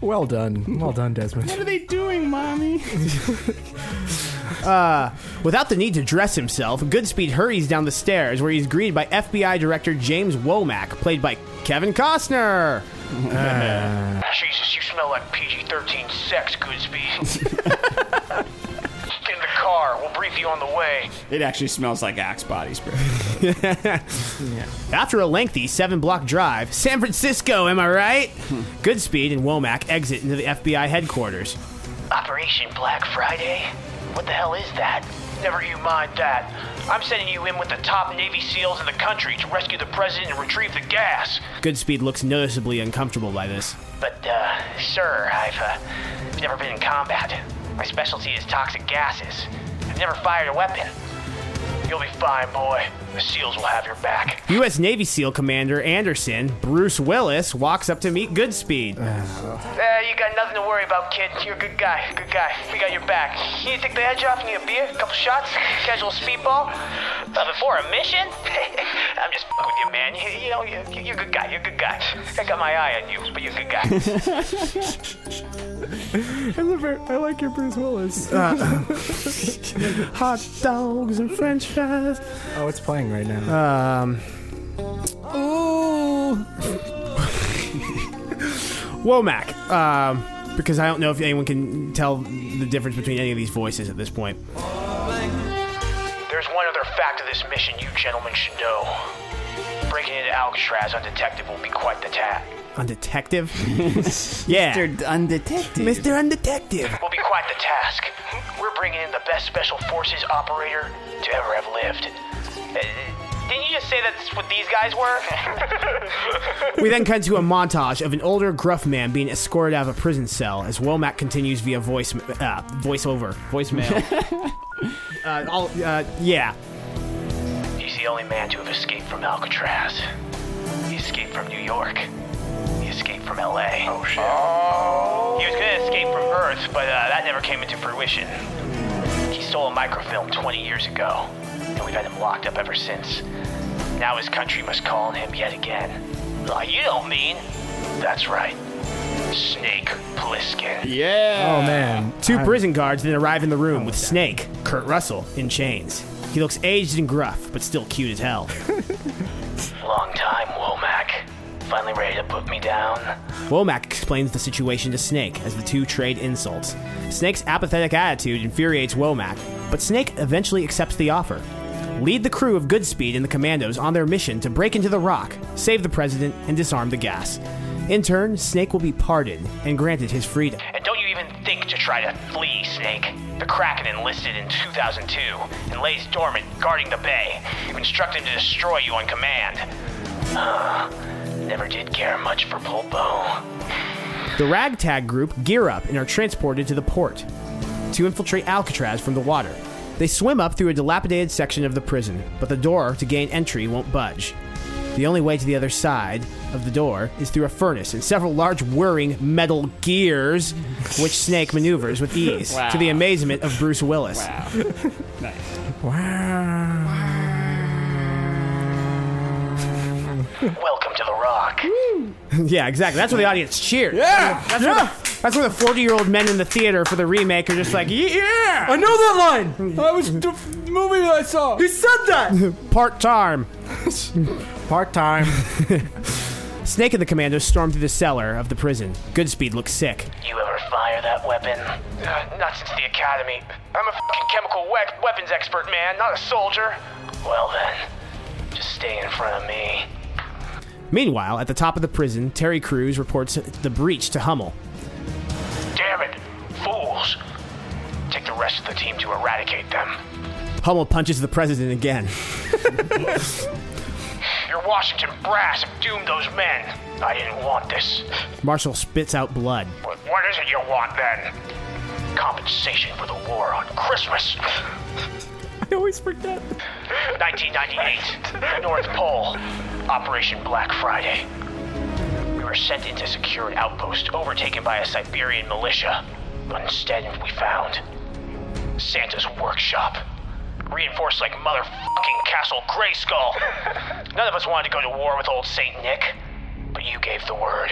C: Well done. Well done, Desmond.
E: What are they doing, mommy?
D: Uh, Without the need to dress himself, Goodspeed hurries down the stairs where he's greeted by FBI Director James Womack, played by Kevin Costner.
B: Jesus, you smell like PG 13 sex, Goodspeed. Get in the car. We'll brief you on the way.
E: It actually smells like Axe body spray.
D: After a lengthy seven block drive, San Francisco, am I right? Goodspeed and Womack exit into the FBI headquarters.
B: Operation Black Friday? What the hell is that? Never you mind that. I'm sending you in with the top Navy SEALs in the country to rescue the president and retrieve the gas.
D: Goodspeed looks noticeably uncomfortable by this.
B: But, uh, sir, I've uh, never been in combat. My specialty is toxic gases. I've never fired a weapon. You'll be fine, boy. The SEALs will have your back.
D: U.S. Navy SEAL Commander Anderson, Bruce Willis, walks up to meet Goodspeed.
B: Uh, you got nothing to worry about, kid. You're a good guy. Good guy. We got your back. You need to take the edge off? You need a beer? A couple shots? Casual speedball? Uh, before a mission? I'm just f- with you, man. You, you know, you, you're a good guy. You're a good guy. I got my eye on you, but you're a good guy.
C: I like your Bruce Willis.
D: Hot dogs and french fries.
C: oh, it's playing right now.
D: Ooh. Womack, um, because I don't know if anyone can tell the difference between any of these voices at this point.
B: There's one other fact of this mission you gentlemen should know. Breaking into Alcatraz undetected will be quite the task.
D: Undetective? yeah.
E: They're undetected.
D: Mr. Undetective.
B: Will be quite the task. We're bringing in the best special forces operator to ever have lived. Uh, didn't you just say that's what these guys were?
D: We then cut to a montage of an older, gruff man being escorted out of a prison cell as Womack continues via voice uh, voiceover. Voicemail. uh, all, uh, yeah.
B: He's the only man to have escaped from Alcatraz. He escaped from New York. He escaped from LA. Oh, shit. He was gonna escape from Earth, but uh, that never came into fruition. He stole a microfilm 20 years ago, and we've had him locked up ever since. Now his country must call on him yet again. Aw, you don't mean? That's right. Snake Plissken.
E: Yeah.
C: oh man,
D: 2
C: I'm-
D: prison guards then arrive in the room with Snake, Kurt Russell, in chains. He looks aged and gruff, but still cute as hell.
B: Long time, Womack. Finally ready to put me down?
D: Womack explains the situation to Snake as the two trade insults. Snake's apathetic attitude infuriates Womack, but Snake eventually accepts the offer. Lead the crew of Goodspeed and the Commandos on their mission to break into the rock, save the president, and disarm the gas. In turn, Snake will be pardoned and granted his freedom.
B: And don't you even think to try to flee, Snake. The Kraken enlisted in 2002 and lays dormant, guarding the bay. You've instructed to destroy you on command. Ah, never did care much for Pulpo.
D: The ragtag group gear up and are transported to the port to infiltrate Alcatraz from the water. They swim up through a dilapidated section of the prison, but the door to gain entry won't budge. The only way to the other side of the door is through a furnace and several large whirring metal gears, which Snake maneuvers with ease,
E: Wow.
D: to the amazement of Bruce Willis.
E: Wow. nice.
B: Welcome to the Rock.
D: yeah, exactly. That's where the audience cheered.
E: Yeah.
D: That's, where the, that's where the 40 year old men in the theater for the remake are just like, yeah!
F: I know that line. That was the f- movie that I saw. He said that.
D: Part time.
C: part time.
D: Snake and the commandos storm through the cellar of the prison. Goodspeed looks sick.
B: You ever fire that weapon? Uh, not since the academy. I'm a fucking chemical we- weapons expert, man, not a soldier. Well then, just stay in front of me.
D: Meanwhile, at the top of the prison, Terry Crews reports the breach to Hummel.
B: Damn it, fools. Take the rest of the team to eradicate them.
D: Hummel punches the president again.
B: Your Washington brass have doomed those men. I didn't want this.
D: Marshall spits out blood.
B: But what is it you want then? Compensation for the war on Christmas.
C: I always forget.
B: 1998, the North Pole, Operation Black Friday. We were sent in to secure an outpost overtaken by a Siberian militia. But instead, we found Santa's workshop. Reinforced like motherfucking Castle Grayskull. None of us wanted to go to war with old Saint Nick, but you gave the word.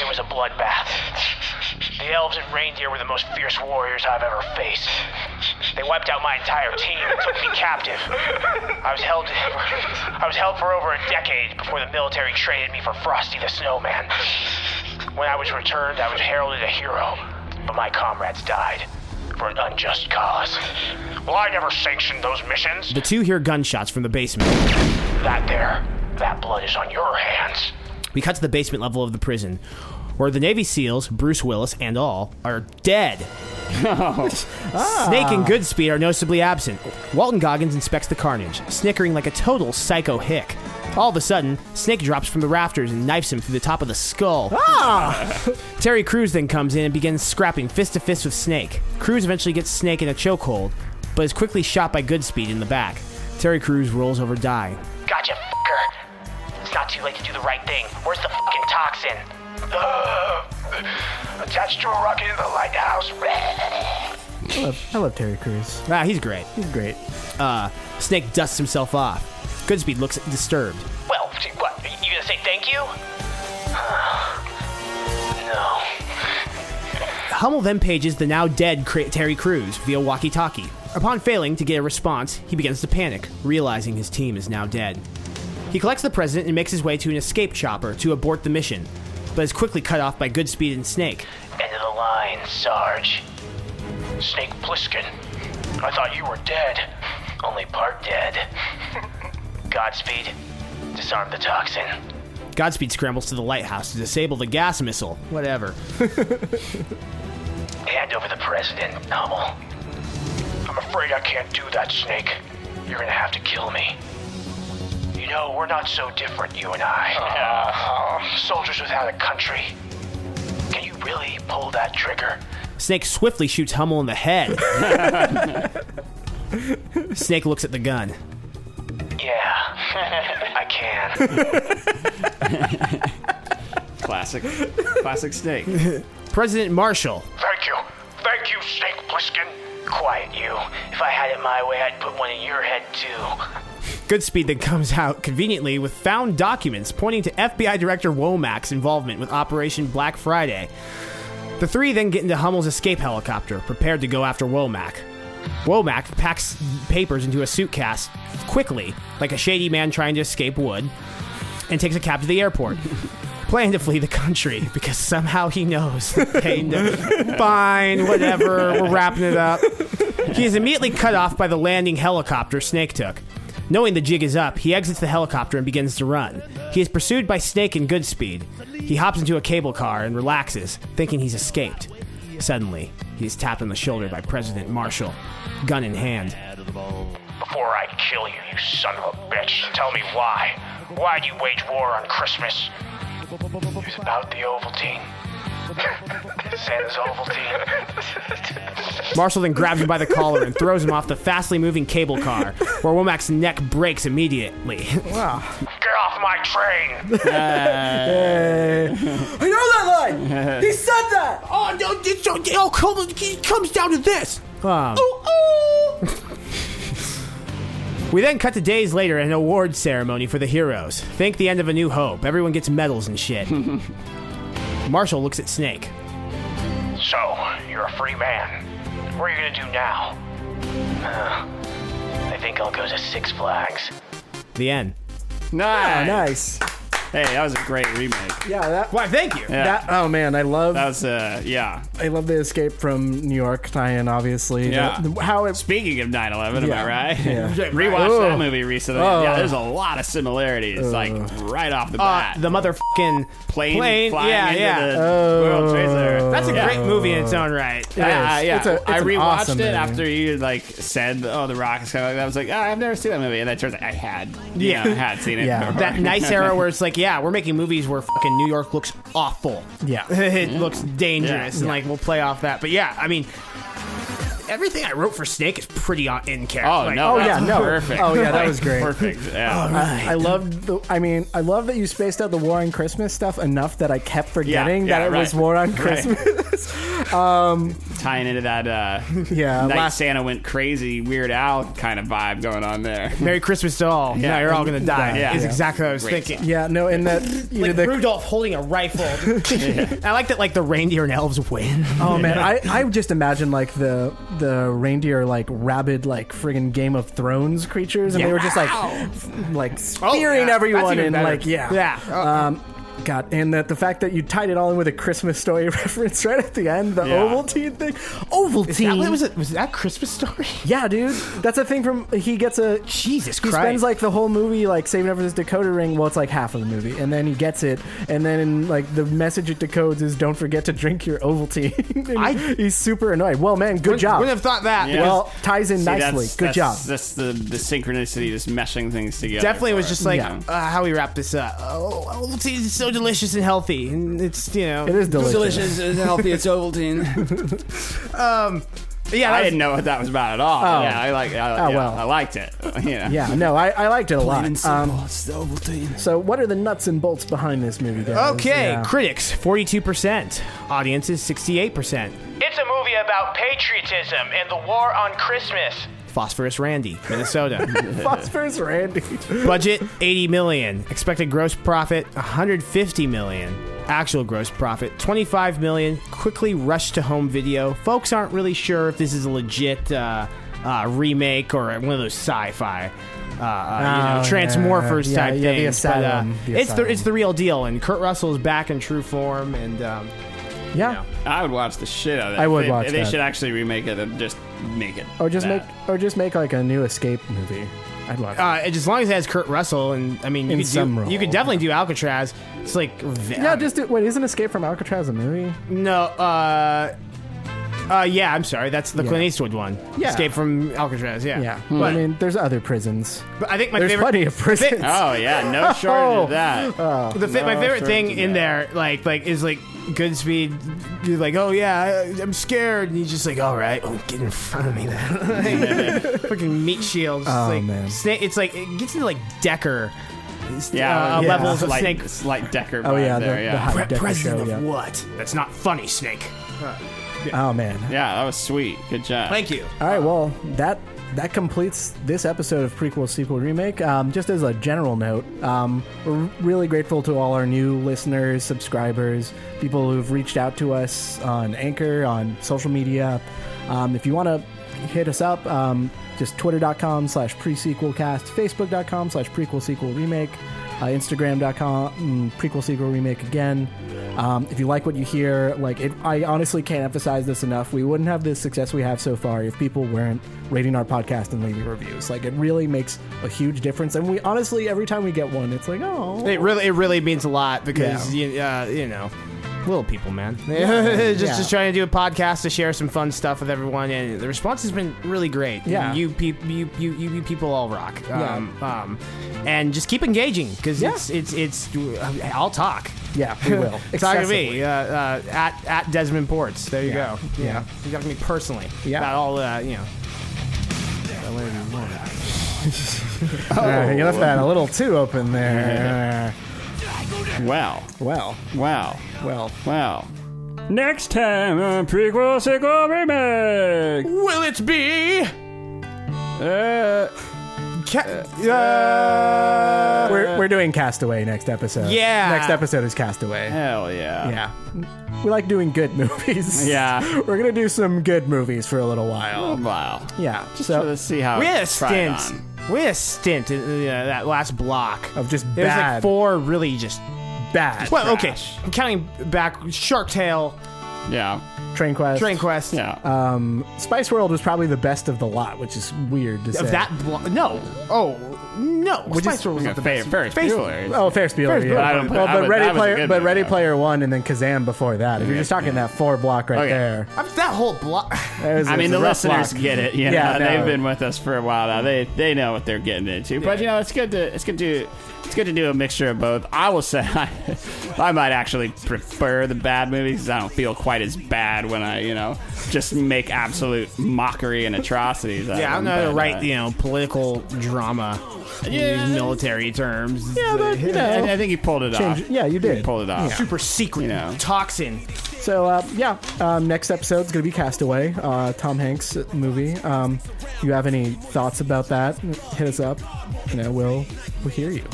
B: It was a bloodbath. The elves and reindeer were the most fierce warriors I've ever faced. They wiped out my entire team and took me captive. I was held I was held for over a decade before the military traded me for Frosty the Snowman. When I was returned, I was heralded a hero, but my comrades died for an unjust cause. Well, I never sanctioned those missions.
D: The two hear gunshots from the basement.
B: That there, that blood is on your hands.
D: We cut to the basement level of the prison, where the Navy SEALs, Bruce Willis, and all are dead.
E: Oh,
D: Snake and Goodspeed are noticeably absent. Walton Goggins inspects the carnage, snickering like a total psycho hick. All of a sudden, Snake drops from the rafters and knifes him through the top of the skull. Terry Crews then comes in and begins scrapping fist to fist with Snake. Crews eventually gets Snake in a chokehold, but is quickly shot by Goodspeed in the back. Terry Crews rolls over dying.
B: Gotcha, fucker. It's not too late to do the right thing. Where's the fucking toxin? attached to a rocket in the lighthouse.
C: I love, I love Terry Crews.
D: Ah, he's great.
C: He's great.
D: Uh, Snake dusts himself off. Goodspeed looks disturbed.
B: Well, t- what? You gonna say thank you? no.
D: Hummel then pages the now dead Cra- Terry Crews via walkie talkie. Upon failing to get a response, he begins to panic, realizing his team is now dead. He collects the president and makes his way to an escape chopper to abort the mission, but is quickly cut off by Goodspeed and Snake.
B: End of the line, Sarge. Snake Plissken. I thought you were dead. Only part dead. Godspeed. Disarm the toxin.
D: Godspeed scrambles to the lighthouse to disable the gas missile. Whatever.
B: Hand over the president, Hummel. I'm afraid I can't do that, Snake. You're gonna have to kill me. You know, we're not so different, you and I. soldiers without a country. Can you really pull that trigger?
D: Snake swiftly shoots Hummel in the head. Snake looks at the gun.
B: Yeah, I can.
E: Classic, classic snake.
D: President Marshall
B: Thank you. Thank you, Snake Plissken. Quiet you. If I had it my way, I'd put one in your head, too.
D: Goodspeed then comes out conveniently with found documents pointing to FBI Director Womack's involvement with Operation Black Friday. The three then get into Hummel's escape helicopter, prepared to go after Womack. Womack packs papers into a suitcase quickly, like a shady man trying to escape wood, and takes a cab to the airport. Plan to flee the country because somehow he knows. They know. Fine, whatever, we're wrapping it up. He is immediately cut off by the landing helicopter Snake took. Knowing the jig is up, he exits the helicopter and begins to run. He is pursued by Snake and Goodspeed. He hops into a cable car and relaxes, thinking he's escaped. Suddenly, he is tapped on the shoulder by President Marshall, gun in hand.
B: Before I kill you, you son of a bitch, tell me why. Why do you wage war on Christmas? It was about the Ovaltine. Santa's Ovaltine.
D: Marshall then grabs him by the collar and throws him off the fastly moving cable car, where Womack's neck breaks immediately.
B: Get off my train!
E: Uh,
F: I know that line! he said that!
D: oh, no, it's, oh, oh, come, it comes down to this. we then cut to days later at an award ceremony for the heroes. Think the end of A New Hope. Everyone gets medals and shit. Marshall looks at Snake.
B: So, you're a free man. What are you gonna do now? Uh, I think I'll go to Six Flags.
D: The end.
F: Ah,
E: Nice.
C: Ah, Nice.
E: Hey, that was a great remake.
C: Yeah, that,
D: Why, thank you.
C: that. Oh man, I love.
E: That was uh, yeah.
C: I love the escape from New York tie-in. Obviously,
E: Yeah.
C: The- the- how it.
E: Speaking of 9/11, am
C: Yeah.
E: I right?
C: Yeah.
E: Rewatched
C: Oh.
E: that movie recently.
C: Oh. Uh.
E: Yeah, there's a lot of similarities, like right off the
D: Uh,
E: bat.
D: the motherfucking
E: plane, flying
D: yeah,
E: into
D: yeah.
E: the
C: Oh.
E: World Trade Center.
D: That's a
E: Yeah.
D: great movie in its own right.
E: Yeah,
C: is.
E: yeah.
C: It's a- it's
E: I
C: an
E: rewatched
C: awesome
E: it
C: movie.
E: after you like said, "Oh, the Rock is kind of like that." I was like, oh, "I've never seen that movie," and it turns out I had. You
D: Yeah.
E: know, I had seen it.
C: Yeah.
E: before.
D: that nice era where it's like, yeah, we're making movies where fucking New York looks awful.
C: Yeah.
D: it looks dangerous,
E: Yeah.
D: and like we'll play off that. But yeah, I mean, everything I wrote for Snake is pretty on- in character.
E: Oh
D: Like,
E: no!
C: oh, yeah,
E: that's
C: no.
E: Perfect.
C: Oh, yeah, that
E: Like,
C: was great. Oh,
E: Perfect. Yeah.
C: I loved the. I mean, I love that you spaced out the war on Christmas stuff enough that I kept forgetting
E: yeah,
C: that it was
E: right.
C: war on
E: Right.
C: Christmas. Um,
E: tying into that uh,
C: Yeah,
E: night
C: last-
E: Santa went crazy, Weird Al kind of vibe going on there.
D: Merry Christmas to all. Yeah,
E: Yeah.
D: you're all gonna die.
E: Yeah.
D: is
E: Yeah.
D: exactly what I was
E: Great
D: thinking.
C: Yeah, no, and that you know,
D: Like
C: the
D: Rudolph holding a rifle. I like that. Like the reindeer and elves win.
C: Oh man, I, I just imagine like the the reindeer like rabid like friggin' Game of Thrones creatures, and they were just like f- like spearing
D: Oh, yeah. That's
C: everyone
D: even
C: and
D: better.
C: like yeah
D: Yeah.
C: Um, God, and that the fact that you tied it all in with a Christmas story reference right at the end, the
E: Yeah.
C: Ovaltine thing, Ovaltine.
D: was it? Was that Christmas story?
C: yeah, dude, that's a thing from he gets a
D: Jesus
C: he
D: Christ!
C: spends like the whole movie like saving up for this decoder ring. Well, it's like half of the movie, and then he gets it, and then like the message it decodes is "Don't forget to drink your Ovaltine." And
D: I-
C: he's super annoyed. Well, man, good job.
D: Wouldn't have thought that.
E: Yeah.
C: well, ties in
E: See,
C: nicely.
E: that's-
C: good job.
E: that's- That's the, the synchronicity, just meshing things together.
D: Definitely
E: for
D: was
E: it.
D: just like
C: Yeah.
D: uh, how we wrap this up. Oh, Ovaltine is so delicious and healthy, and it's you know
C: it is delicious.
H: Delicious, it's healthy, it's Ovaltine.
D: Yeah, that
E: I
D: was-
E: didn't know what that was about at all.
C: Oh.
E: Yeah, I like. I,
C: Oh,
E: yeah,
C: well.
E: I liked it. You know.
C: Yeah, no, I, I liked it a
H: Plain and
C: lot.
H: simple,
C: Um,
H: it's the Ovaltine.
C: so, what are the nuts and bolts behind this movie? Guys?
D: Okay,
C: Yeah.
D: critics forty-two percent, audiences sixty-eight percent.
B: It's a movie about patriotism and the war on Christmas.
D: Phosphorus Randy, Minnesota.
C: Phosphorus Randy.
D: Budget eighty million. Expected gross profit one hundred fifty million. Actual gross profit twenty-five million. Quickly rushed to home video. Folks aren't really sure if this is a legit uh, uh, remake or one of those sci-fi. Uh, uh,
C: Oh,
D: you know, Transmorphers
C: yeah.
D: type
C: Yeah, yeah, the
D: things, but, uh,
C: Asylum, the
D: it's the
C: Asylum.
D: it's the real deal, and Kurt Russell is back in true form, and um,
C: Yeah.
E: I would watch the shit out of that.
C: I would
E: they,
C: watch
E: They
C: that.
E: should actually remake it and just make it.
C: Or just
E: that.
C: make, or just make like a new escape movie. I'd watch.
D: uh, as long as it has Kurt Russell, and I mean, you
C: In
D: could,
C: some
D: do,
C: role.
D: you could definitely do Alcatraz. It's like uh, v-
C: yeah, just do, wait. Isn't Escape from Alcatraz a movie?
D: no, uh, uh, yeah. I'm sorry, that's the
C: Yeah.
D: Clint Eastwood one.
C: Yeah.
D: Escape from Alcatraz. Yeah,
C: Yeah,
D: But,
C: Hmm. I mean, there's other prisons.
D: but I think my
C: There's
D: favorite,
C: plenty of prisons.
E: Oh yeah, no shortage
C: Oh.
E: of that.
C: Uh,
D: the fi- my
E: No,
D: favorite
E: sure
D: thing
E: it's
D: in
E: bad.
D: there, like like is like Goodspeed. You're like, oh yeah, I, I'm scared, and he's just like, all right, oh, get in front of me then. Fucking meat shield. just
C: Oh,
D: like,
C: man.
D: Snake, it's like it gets into like Decker.
E: yeah,
D: uh,
E: yeah.
D: levels of
E: slight,
D: snake
E: slight Decker.
C: Oh
E: vibe
C: yeah, the,
E: there, yeah.
C: the hot
D: Pre-
C: Decker
D: president
C: show,
D: of
C: yeah.
D: what? That's not funny, Snake.
C: Oh man.
E: Yeah, that was sweet. Good job.
D: Thank you.
C: All right, well that that completes this episode of prequel sequel remake. Um, just as a general note, um, we're really grateful to all our new listeners, subscribers, people who've reached out to us on Anchor, on social media. Um, if you want to hit us up, um, just twitter.com slash presequelcast, facebook.com slash prequel sequel remake, uh, instagram.com mm, prequel sequel remake again. Um, if you like what you hear, like it, I honestly can't emphasize this enough. We wouldn't have the success we have so far if people weren't rating our podcast and leaving reviews. Like it really makes a huge difference. And we honestly, every time we get one, it's like, oh,
D: It really, it really means a lot because
C: Yeah.
D: you, uh, you know, little people, man. just,
C: Yeah.
D: just trying to do a podcast to share some fun stuff with everyone, and the response has been really great.
C: Yeah.
D: you, peop you, you, you, you people all rock. Um, um, and just keep engaging because
C: Yeah.
D: it's, it's, it's. uh, I'll talk.
C: yeah, we will.
D: Talk to
C: Excessively.
D: me uh, uh, at at Desmond Ports. There you
C: Yeah.
D: go. Yeah, you talk to me personally.
C: Yeah.
D: about all uh, you know.
C: Uh, you left that a little too open there.
E: Wow,
C: well,
E: wow,
C: well.
E: wow. Next time on prequel sequel remake.
D: Will it be?
E: Uh,
C: We're, we're doing Castaway next episode.
D: Yeah.
C: Next episode is Castaway.
E: hell yeah.
C: Yeah. We like doing good movies.
E: Yeah.
C: We're going to do some good movies for a little while.
E: Oh, Wow.
C: Yeah.
E: Just
C: so,
E: so, to see how
D: We had a
E: it's tried
D: stint.
E: on.
D: We had a stint in uh, that last block
C: of just
D: There's
C: bad.
D: like four really just
C: bad.
D: well, okay.
E: Trash.
D: I'm counting back Shark Tale,
E: Yeah,
C: Train Quest.
D: Train Quest.
E: yeah.
C: Um, Spice World was probably the best of the lot, which is weird to say.
D: Of that blo- no, oh no, Spice World was
E: Like
D: not
E: a
D: the
E: fair,
D: best.
E: Ferris
D: Face-
E: Bueller.
C: Oh, Ferris Bueller.
D: Bueller.
C: yeah.
D: I
E: don't-
C: well,
E: I
C: but
E: would- that
C: Ready
E: was a
C: Player,
E: good
C: but
E: one,
C: Ready
E: though.
C: Player One, and then Kazam before that. If you're just talking that four block right
E: Okay.
C: there,
D: I mean, that whole block.
C: that was-
E: I
C: it was
E: mean, the
C: a rough
E: listeners
C: block.
E: get it. You
C: Yeah,
E: know,
C: no.
E: they've been with us for a while now. They they know what they're getting into. But you know, it's good to it's good to it's good to do a mixture of both. I will say, I, I might actually prefer the bad movies because I don't feel quite as bad when I you know just make absolute mockery and atrocities. out
D: Yeah,
E: of
D: I'm
E: them.
D: not gonna
E: But,
D: write
E: uh,
D: you know political drama. use military terms.
C: Yeah, but, you know,
E: I, I think he pulled it
C: change-
E: off.
C: yeah, you did.
E: pulled it off.
D: Super secret
E: You know.
D: toxin.
C: So uh, yeah, um, next episode's gonna be Castaway, uh, Tom Hanks movie. Um, if you have any thoughts about that, hit us up. You know, we'll we'll hear you.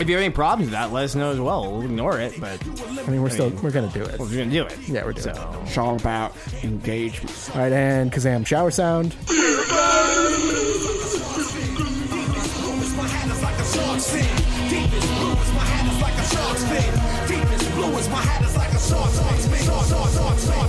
D: If you have any problems with that, let us know as well. We'll ignore it, but
C: I mean, we're still we're gonna do it.
D: we're gonna do it.
C: Yeah, we're doing it.
D: So,
E: It's all about engagement.
C: All right, and Kazam shower sound.
I: Deepest blue is my hat is like a shark's fin.